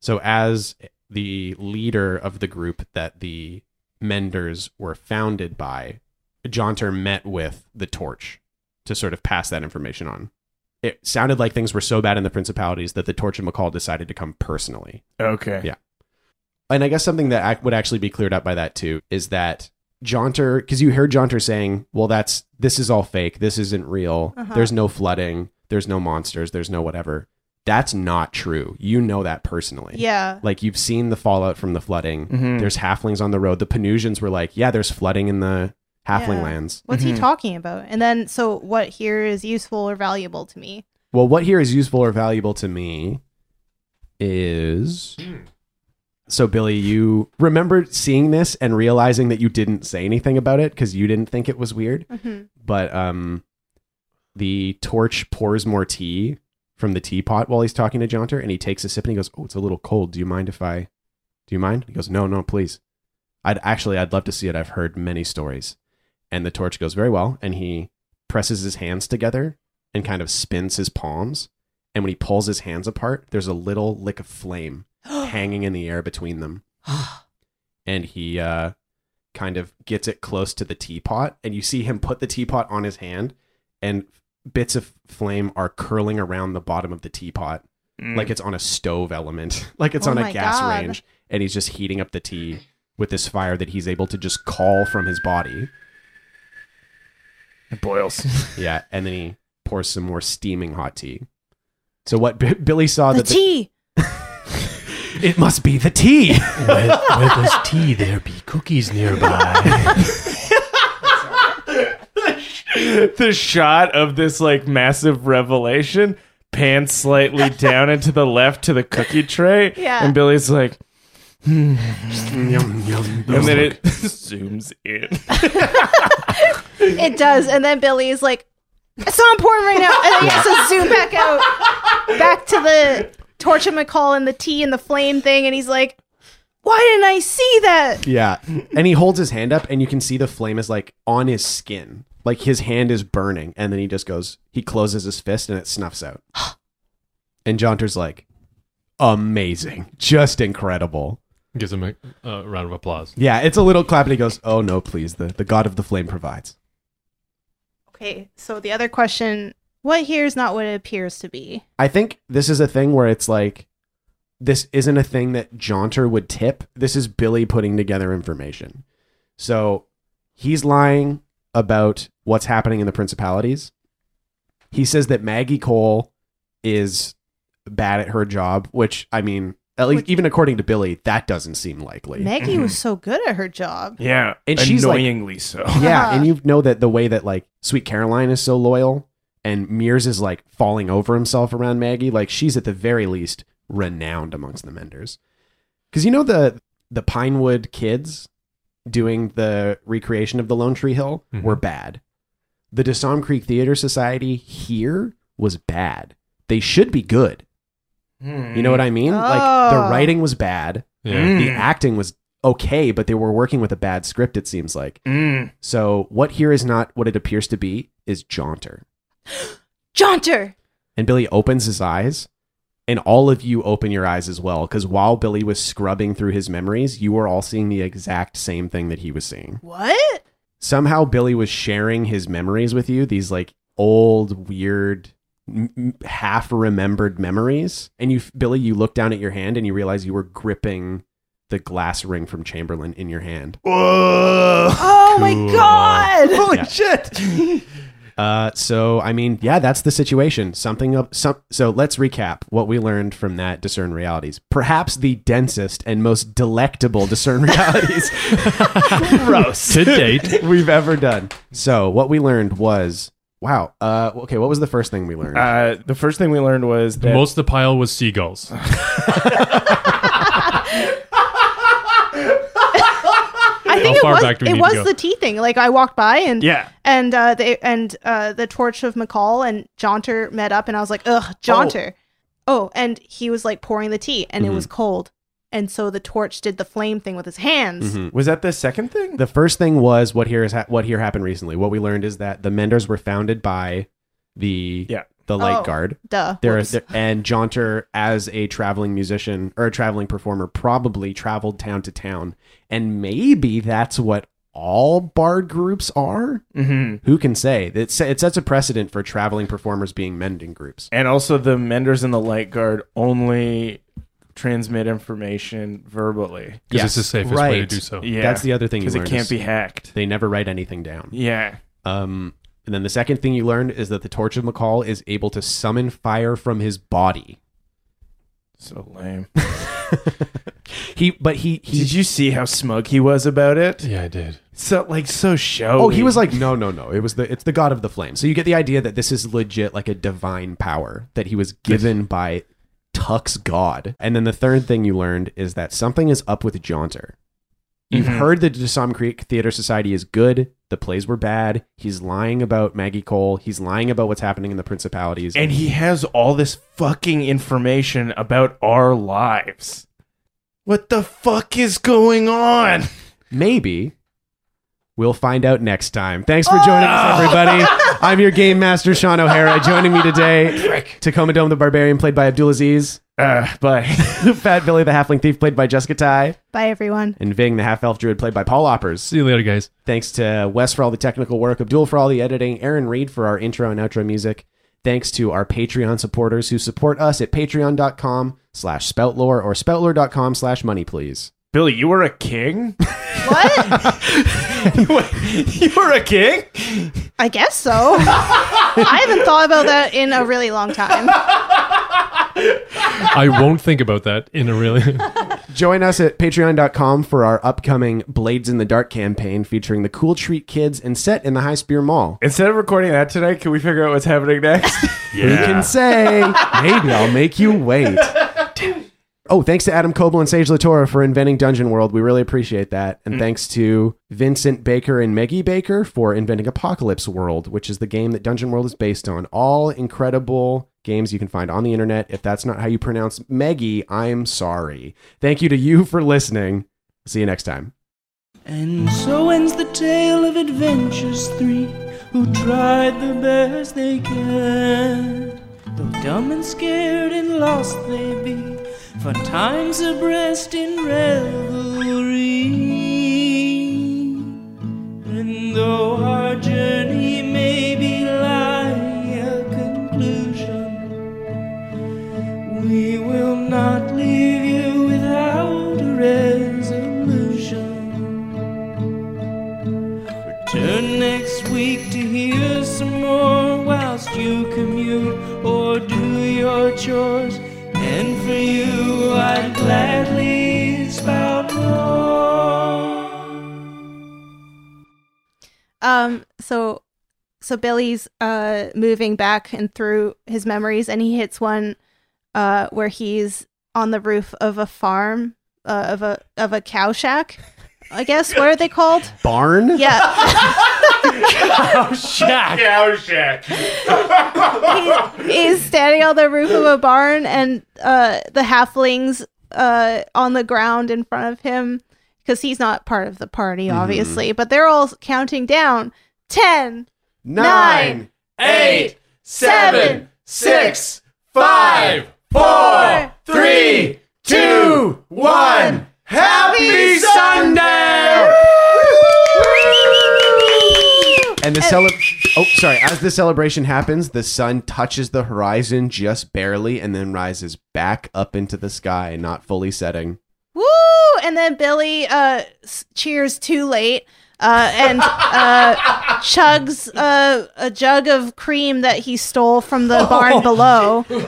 [SPEAKER 2] So as the leader of the group that the menders were founded by, Jaunter met with the torch to sort of pass that information on. It sounded like things were so bad in the principalities that the torch and McCall decided to come personally.
[SPEAKER 4] [laughs] okay.
[SPEAKER 2] Yeah. And I guess something that ac- would actually be cleared up by that too is that Jaunter, because you heard Jaunter saying, well, that's this is all fake. This isn't real.
[SPEAKER 5] Uh-huh.
[SPEAKER 2] There's no flooding. There's no monsters. There's no whatever. That's not true. You know that personally.
[SPEAKER 5] Yeah.
[SPEAKER 2] Like you've seen the fallout from the flooding.
[SPEAKER 4] Mhm.
[SPEAKER 2] There's halflings on the road. The Panusians were like, yeah, there's flooding in the halfling
[SPEAKER 5] Yeah.
[SPEAKER 2] lands.
[SPEAKER 5] What's
[SPEAKER 4] Mhm.
[SPEAKER 5] he talking about? And then so what here is useful or valuable to me?
[SPEAKER 2] Well, what here is useful or valuable to me is. So, Billy, you remember seeing this and realizing that you didn't say anything about it because you didn't think it was weird.
[SPEAKER 5] Mhm.
[SPEAKER 2] But um, the torch pours more tea from the teapot while he's talking to Jaunter, and he takes a sip and he goes, "Oh, it's a little cold. Do you mind if I? Do you mind?" He goes, "No, no, please. I'd actually, I'd love to see it. I've heard many stories." And the torch goes very well, and he presses his hands together and kind of spins his palms. And when he pulls his hands apart, there's a little lick of flame [gasps] hanging in the air between them. and he uh, kind of gets it close to the teapot, and you see him put the teapot on his hand, and bits of flame are curling around the bottom of the teapot
[SPEAKER 4] Mm.
[SPEAKER 2] like it's on a stove element, [laughs] like it's
[SPEAKER 5] Oh
[SPEAKER 2] on a
[SPEAKER 5] my
[SPEAKER 2] gas
[SPEAKER 5] God.
[SPEAKER 2] range, and he's just heating up the tea. with this fire that he's able to just call from his body.
[SPEAKER 4] It boils.
[SPEAKER 2] Yeah, and then he pours some more steaming hot tea. So what B- Billy saw
[SPEAKER 5] the
[SPEAKER 2] Oh, that the-
[SPEAKER 5] tea.
[SPEAKER 2] it must be the
[SPEAKER 5] [laughs]
[SPEAKER 2] tea.
[SPEAKER 7] With, with his tea, there be cookies nearby.
[SPEAKER 4] the shot of this like massive revelation
[SPEAKER 2] [laughs]
[SPEAKER 4] pans slightly down and to the left to the cookie tray.
[SPEAKER 5] Yeah.
[SPEAKER 4] And Billy's like, [laughs] and then it zooms in.
[SPEAKER 5] It does. And then Billy's like, it's not important right now. And then he has to zoom back out, back to the torch of McCall and the tea and the flame thing. And he's like, why didn't I see that?
[SPEAKER 2] yeah, and he holds his hand up, and you can see the flame is like on his skin, like his hand is burning, and then he just goes, he closes his fist, and it snuffs out. and Jaunter's like, amazing, just incredible.
[SPEAKER 3] Gives him a uh, round of applause.
[SPEAKER 2] Yeah, it's a little clap, and he goes, "Oh no, please! The the god of the flame provides."
[SPEAKER 5] Okay. So the other question what here is not what it appears to be.
[SPEAKER 2] I think this is a thing where it's like, this isn't a thing that Jaunter would tip. This is Billy putting together information. So he's lying about what's happening in the principalities. He says that Maggie Cole is bad at her job, which I mean, at least
[SPEAKER 5] Which-
[SPEAKER 2] even according to Billy, that doesn't seem likely.
[SPEAKER 5] Maggie was
[SPEAKER 3] Mm-hmm.
[SPEAKER 5] so good at her job.
[SPEAKER 4] [laughs] Yeah.
[SPEAKER 2] And she's like-
[SPEAKER 4] annoyingly so.
[SPEAKER 2] Yeah,
[SPEAKER 5] Uh-huh.
[SPEAKER 2] and you know that the way that like Sweet Caroline is so loyal and Mears is like falling over himself around Maggie, like she's at the very least renowned amongst the menders. Cuz you know the the Pinewood kids doing the recreation of the Lone Tree Hill
[SPEAKER 3] Mhm.
[SPEAKER 2] were bad. The Desom Creek Theater Society here was bad. They should be good. Hmm. You know what I mean? Like the
[SPEAKER 5] Oh.
[SPEAKER 2] writing was bad.
[SPEAKER 3] Yeah.
[SPEAKER 2] The acting was okay, but they were working with a bad script it seems like.
[SPEAKER 4] Mm.
[SPEAKER 2] So what here is not what it appears to be is Jaunter.
[SPEAKER 5] Jaunter.
[SPEAKER 2] And Billy opens his eyes, and all of you open your eyes as well, because while Billy was scrubbing through his memories, you were all seeing the exact same thing that he was seeing.
[SPEAKER 3] [laughs]
[SPEAKER 5] What?
[SPEAKER 2] Somehow Billy was sharing his memories with you, these like old, weird, m- m- half remembered memories. And you, Billy, you look down at your hand and you realize you were gripping the glass ring from Chamberlain in your hand.
[SPEAKER 5] Oh
[SPEAKER 3] Cool.
[SPEAKER 5] my God.
[SPEAKER 2] [laughs] Holy shit! uh, so I mean, yeah, that's the situation. Something up. Some, so let's recap what we learned from that discern realities. Perhaps the densest and most delectable discern [laughs] realities
[SPEAKER 4] Gross.
[SPEAKER 2] [laughs]
[SPEAKER 3] To date,
[SPEAKER 2] we've ever done. So what we learned was wow. Uh, okay, what was the first thing we learned?
[SPEAKER 4] [laughs] Uh, the first thing we learned was that
[SPEAKER 3] most of the pile was seagulls.
[SPEAKER 5] I think
[SPEAKER 3] How
[SPEAKER 5] it
[SPEAKER 3] far
[SPEAKER 5] was,
[SPEAKER 3] back do we
[SPEAKER 5] it
[SPEAKER 3] need to
[SPEAKER 5] was
[SPEAKER 3] go?
[SPEAKER 5] the tea thing. Like I walked by and
[SPEAKER 4] yeah,
[SPEAKER 5] and uh, they and uh, the torch of McCall and Jaunter met up, and I was like, "Ugh, Jaunter." Oh, and he was like pouring the tea, and it was
[SPEAKER 2] Mm-hmm.
[SPEAKER 5] cold, and so the torch did the flame thing with his hands.
[SPEAKER 2] Mhm.
[SPEAKER 4] was that the second thing?
[SPEAKER 2] the first thing was what here is ha- what here happened recently. What we learned is that the Menders were founded by the
[SPEAKER 4] Yeah.
[SPEAKER 2] the Light
[SPEAKER 5] Oh.
[SPEAKER 2] Guard.
[SPEAKER 5] Duh.
[SPEAKER 2] there,
[SPEAKER 5] Whoops.
[SPEAKER 2] there and Jaunter as a traveling musician or a traveling performer probably traveled town to town and maybe that's what all bard groups are
[SPEAKER 4] mm-hmm.
[SPEAKER 2] who can say it, se- it sets a precedent for traveling performers being mending groups
[SPEAKER 4] And also, the Menders and the Light Guard only transmit information verbally.
[SPEAKER 3] Because
[SPEAKER 2] Yes,
[SPEAKER 3] it's the safest way to
[SPEAKER 2] right.
[SPEAKER 3] do so.
[SPEAKER 4] Yeah,
[SPEAKER 2] that's the other thing you
[SPEAKER 4] because it
[SPEAKER 2] learned
[SPEAKER 4] can't
[SPEAKER 2] is
[SPEAKER 4] be hacked.
[SPEAKER 2] they never write anything down
[SPEAKER 4] Yeah,
[SPEAKER 2] um and then the second thing you learned is that the torch of mccall is able to summon fire from his body
[SPEAKER 4] so lame. [laughs]
[SPEAKER 2] he but he he
[SPEAKER 4] Did you see how smug he was about it?
[SPEAKER 3] Yeah, I did.
[SPEAKER 4] So like so showy.
[SPEAKER 2] Oh, he was like, no, no, no. It was the it's the god of the flame. So you get the idea that this is legit like a divine power that he was given by Tuck's god. And then the third thing you learned is that something is up with Jaunter. You've
[SPEAKER 4] Mhm.
[SPEAKER 2] heard that Desom Creek Theater Society is good. The plays were bad. He's lying about Maggie Cole. He's lying about what's happening in the principalities.
[SPEAKER 4] and he has all this fucking information about our lives. What the fuck is going on?
[SPEAKER 2] maybe we'll find out next time. Thanks for joining us,
[SPEAKER 4] Oh. [laughs]
[SPEAKER 2] everybody. I'm your game master, Sean O'Hara. Joining me today, Tacoma Dome the Barbarian, played by Abdulaziz.
[SPEAKER 4] Uh,
[SPEAKER 2] [laughs]
[SPEAKER 4] bye.
[SPEAKER 2] Fat Billy the Halfling Thief, played by Jessica Ty,
[SPEAKER 5] Bye, everyone.
[SPEAKER 2] and Ving the Half Elf Druid, played by Paul Oppers.
[SPEAKER 3] See you later, guys.
[SPEAKER 2] Thanks to Wes for all the technical work, Abdul for all the editing, Aaron Reed for our intro and outro music. Thanks to our Patreon supporters who support us at patreon.com slash spoutlore or spoutlore.com slash money, please.
[SPEAKER 4] Billy, you were
[SPEAKER 2] [laughs]
[SPEAKER 4] a king?
[SPEAKER 5] What?
[SPEAKER 4] you were a king?
[SPEAKER 5] I guess so. [laughs] I haven't thought about that in a really long time.
[SPEAKER 3] I won't think about that in a really. [laughs]
[SPEAKER 2] Join us at patreon.com for our upcoming Blades in the Dark campaign featuring the Cool Treat Kids and set in the High Spear Mall.
[SPEAKER 4] Instead of recording that tonight, can we figure out what's happening next?
[SPEAKER 2] [laughs] We can say, maybe I'll make you wait. Oh, thanks to Adam Coble and Sage Latora for inventing Dungeon World. We really appreciate that. And thanks to Vincent Baker and Meggie Baker for inventing Apocalypse World, which is the game that Dungeon World is based on. All incredible games you can find on the internet. If that's not how you pronounce Meggie, I'm sorry. Thank you to you for listening. See you next time.
[SPEAKER 1] And so ends the tale of adventures three who tried the best they can. Though dumb and scared and lost they be, for time's abreast in revelry. And though our journey may be lie a conclusion, we will not leave you without a resolution. Return next week to hear some more whilst you commute or do your chores. And for you, I'd gladly spout more.
[SPEAKER 5] Um, so so Billy's uh moving back and through his memories and he hits one uh where he's on the roof of a farm uh, of a of a cow shack. I guess what are they called?
[SPEAKER 2] Barn?
[SPEAKER 5] Yeah. [laughs]
[SPEAKER 4] Cow shack.
[SPEAKER 5] he's standing on the roof of a barn and uh the halflings uh on the ground in front of him because he's not part of the party obviously, but they're all counting down 10 Nine,
[SPEAKER 4] Eight,
[SPEAKER 5] seven,
[SPEAKER 4] six, five,
[SPEAKER 5] four,
[SPEAKER 4] three, two, one. Happy Sunday!
[SPEAKER 2] And the cele- oh sorry, as the celebration happens, the sun touches the horizon just barely and then rises back up into the sky, not fully setting.
[SPEAKER 5] Woo! And then Billy uh, s- cheers too late uh, and
[SPEAKER 3] [laughs]
[SPEAKER 5] uh, chugs uh, a jug of cream that he stole from the barn below.
[SPEAKER 4] Cream!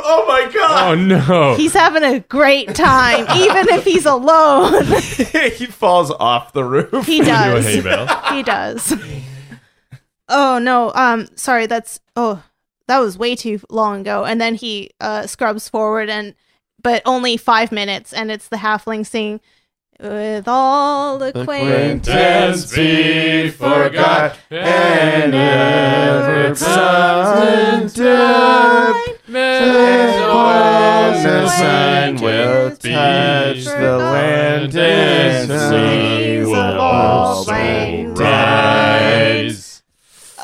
[SPEAKER 4] Oh my god!
[SPEAKER 3] Oh no!
[SPEAKER 5] He's having a great
[SPEAKER 3] [laughs]
[SPEAKER 5] time, even if he's alone.
[SPEAKER 4] [laughs] he falls off the roof.
[SPEAKER 5] he
[SPEAKER 3] Into a hay bale.
[SPEAKER 5] does. He does. Oh no! Um, sorry. That's oh, that was way too long ago. And then he uh, scrubs forward and, but only five minutes, and it's the halfling singing. With all acquaintance
[SPEAKER 4] Acquaintance be forgot and ever comes in time.
[SPEAKER 5] the sun will
[SPEAKER 4] touch the land and sea will also rise.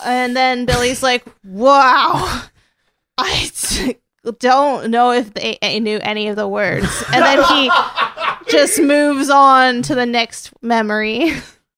[SPEAKER 5] And then Billy's like, wow, [laughs] I t- don't know if they I knew any of the
[SPEAKER 4] [laughs]
[SPEAKER 5] words. And then he just moves on to the next memory.